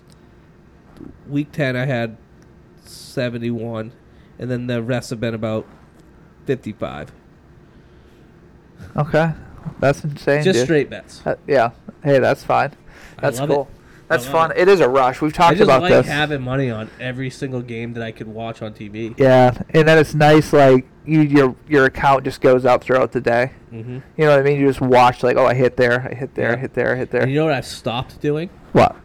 week ten I had seventy one, and then the rest have been about fifty five. Okay, that's insane. Just dude. straight bets. Uh, yeah. Hey, that's fine. I That's love it. cool. That's love fun. it is a rush. We've I talked just about like this. having money on every single game that I could watch on TV. yeah, and then it's nice. Like you, your your account just goes up throughout the day. Mm-hmm. You know what I mean? You just watch like, oh, I hit there, I hit there, I Yeah. hit there, I hit there. And you know what I've stopped doing? what?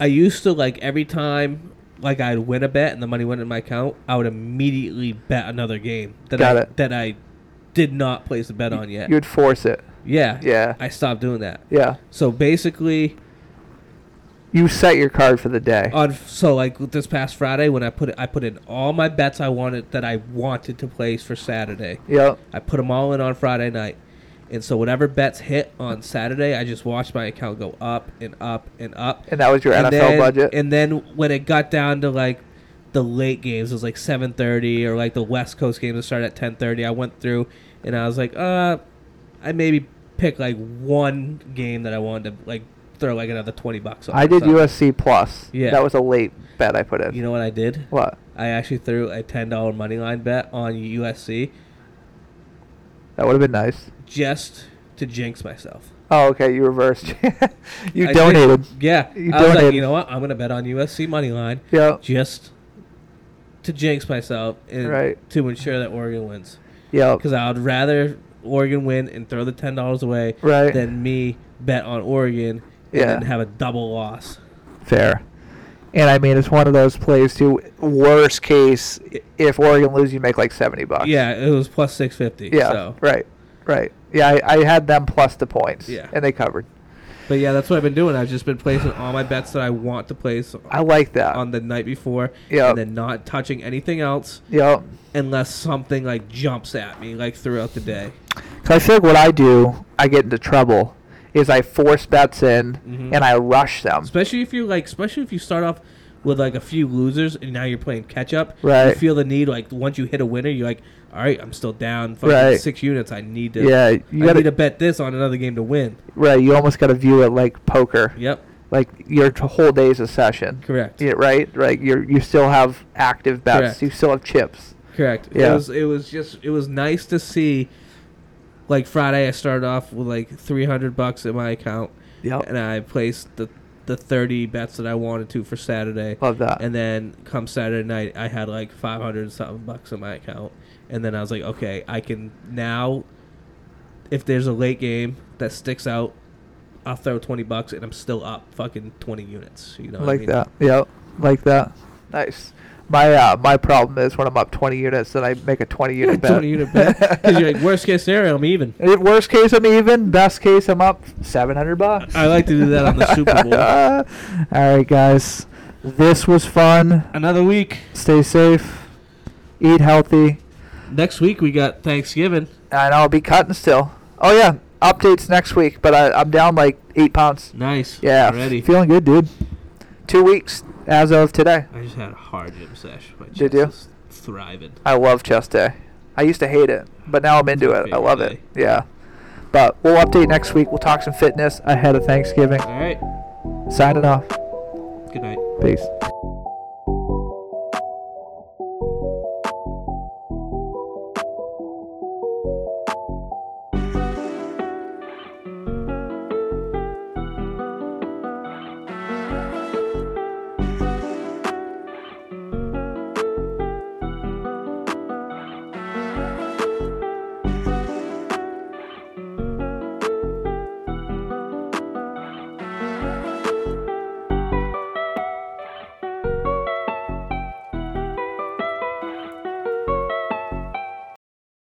I used to like every time like I'd win a bet and the money went in my account, I would immediately bet another game that Got I it. that I did not place a bet on yet. You would force it. yeah. Yeah. I stopped doing that. Yeah. So basically You set your card for the day. on so like this past Friday when I put it, I put in all my bets I wanted that I wanted to place for Saturday. yep. I put them all in on Friday night. And so whatever bets hit on Saturday, I just watched my account go up and up and up. And that was your NFL then, budget. And then when it got down to like the late games, it was like seven thirty or like the West Coast games that started at ten thirty. I went through and I was like, uh, I maybe pick like one game that I wanted to like throw like another twenty bucks on. I or did something. USC plus. Yeah. That was a late bet I put in. You know what I did? what? I actually threw a ten dollar money line bet on USC That would have been nice. just to jinx myself. Oh, okay. You reversed. [laughs] you I donated. think- yeah. You I was like, donated. you know what? I'm gonna bet on USC money line Yep. just to jinx myself and Right. to ensure that Oregon wins. Yep. Because I would rather Oregon win and throw the ten dollars away Right. than me bet on Oregon and Yeah. then have a double loss. Fair. And I mean, it's one of those plays too. Worst case, i- if Oregon loses, you make like seventy bucks. Yeah, it was plus six fifty. Yeah. So. Right. Right. Yeah, I, I had them plus the points. Yeah. And they covered. But yeah, that's what I've been doing. I've just been placing all my bets that I want to place I like that. on the night before, Yeah. and then not touching anything else yep. unless something like jumps at me like throughout the day. Because I feel like what I do, I get into trouble, is I force bets in Mm-hmm. and I rush them. especially if you're like especially if you start off with like a few losers and now you're playing catch up you Right. feel the need like once you hit a winner you're like all right i'm still down fucking Right. six units i need to Yeah, you you I gotta need to bet this on another game to win right. You almost gotta view it like poker. yep Like your t- whole day's a session. correct Yeah, right. Right. You you still have active bets. Correct. You still have chips. correct it Yeah. was it was just it was nice to see like friday i started off with like 300 bucks in my account Yep. and i placed the the 30 bets that i wanted to for saturday Love that. and then come Saturday night, I had like 500 and something bucks in my account. And then I was like, okay, I can now, if there's a late game that sticks out, I'll throw 20 bucks and I'm still up fucking 20 units. You know, what I like mean? [laughs] that. Yep. Like that. Nice. My uh, my problem is when I'm up 20 units, then I make a 20 unit [laughs] bet. 20 unit bet. [laughs] Because you're like, worst case scenario, I'm even. Eh, Worst case, I'm even. Best case, I'm up 700 bucks. I like to do that on the [laughs] Super Bowl. All right, guys. This was fun. Another week. Stay safe. Eat healthy. Next week, we got Thanksgiving. And I'll be cutting still. Oh, yeah. Updates next week, but I, I'm down like eight pounds. Nice. Yeah. f- Ready. Feeling good, dude. Two weeks as of today. I just had a hard gym sesh. My Did chest you? is Thriving. I love chest day. I used to hate it, but now I'm into it. I favorite love day. it. Yeah. But we'll update next week. We'll talk some fitness ahead of Thanksgiving. All right. Signing off. Good night. Peace.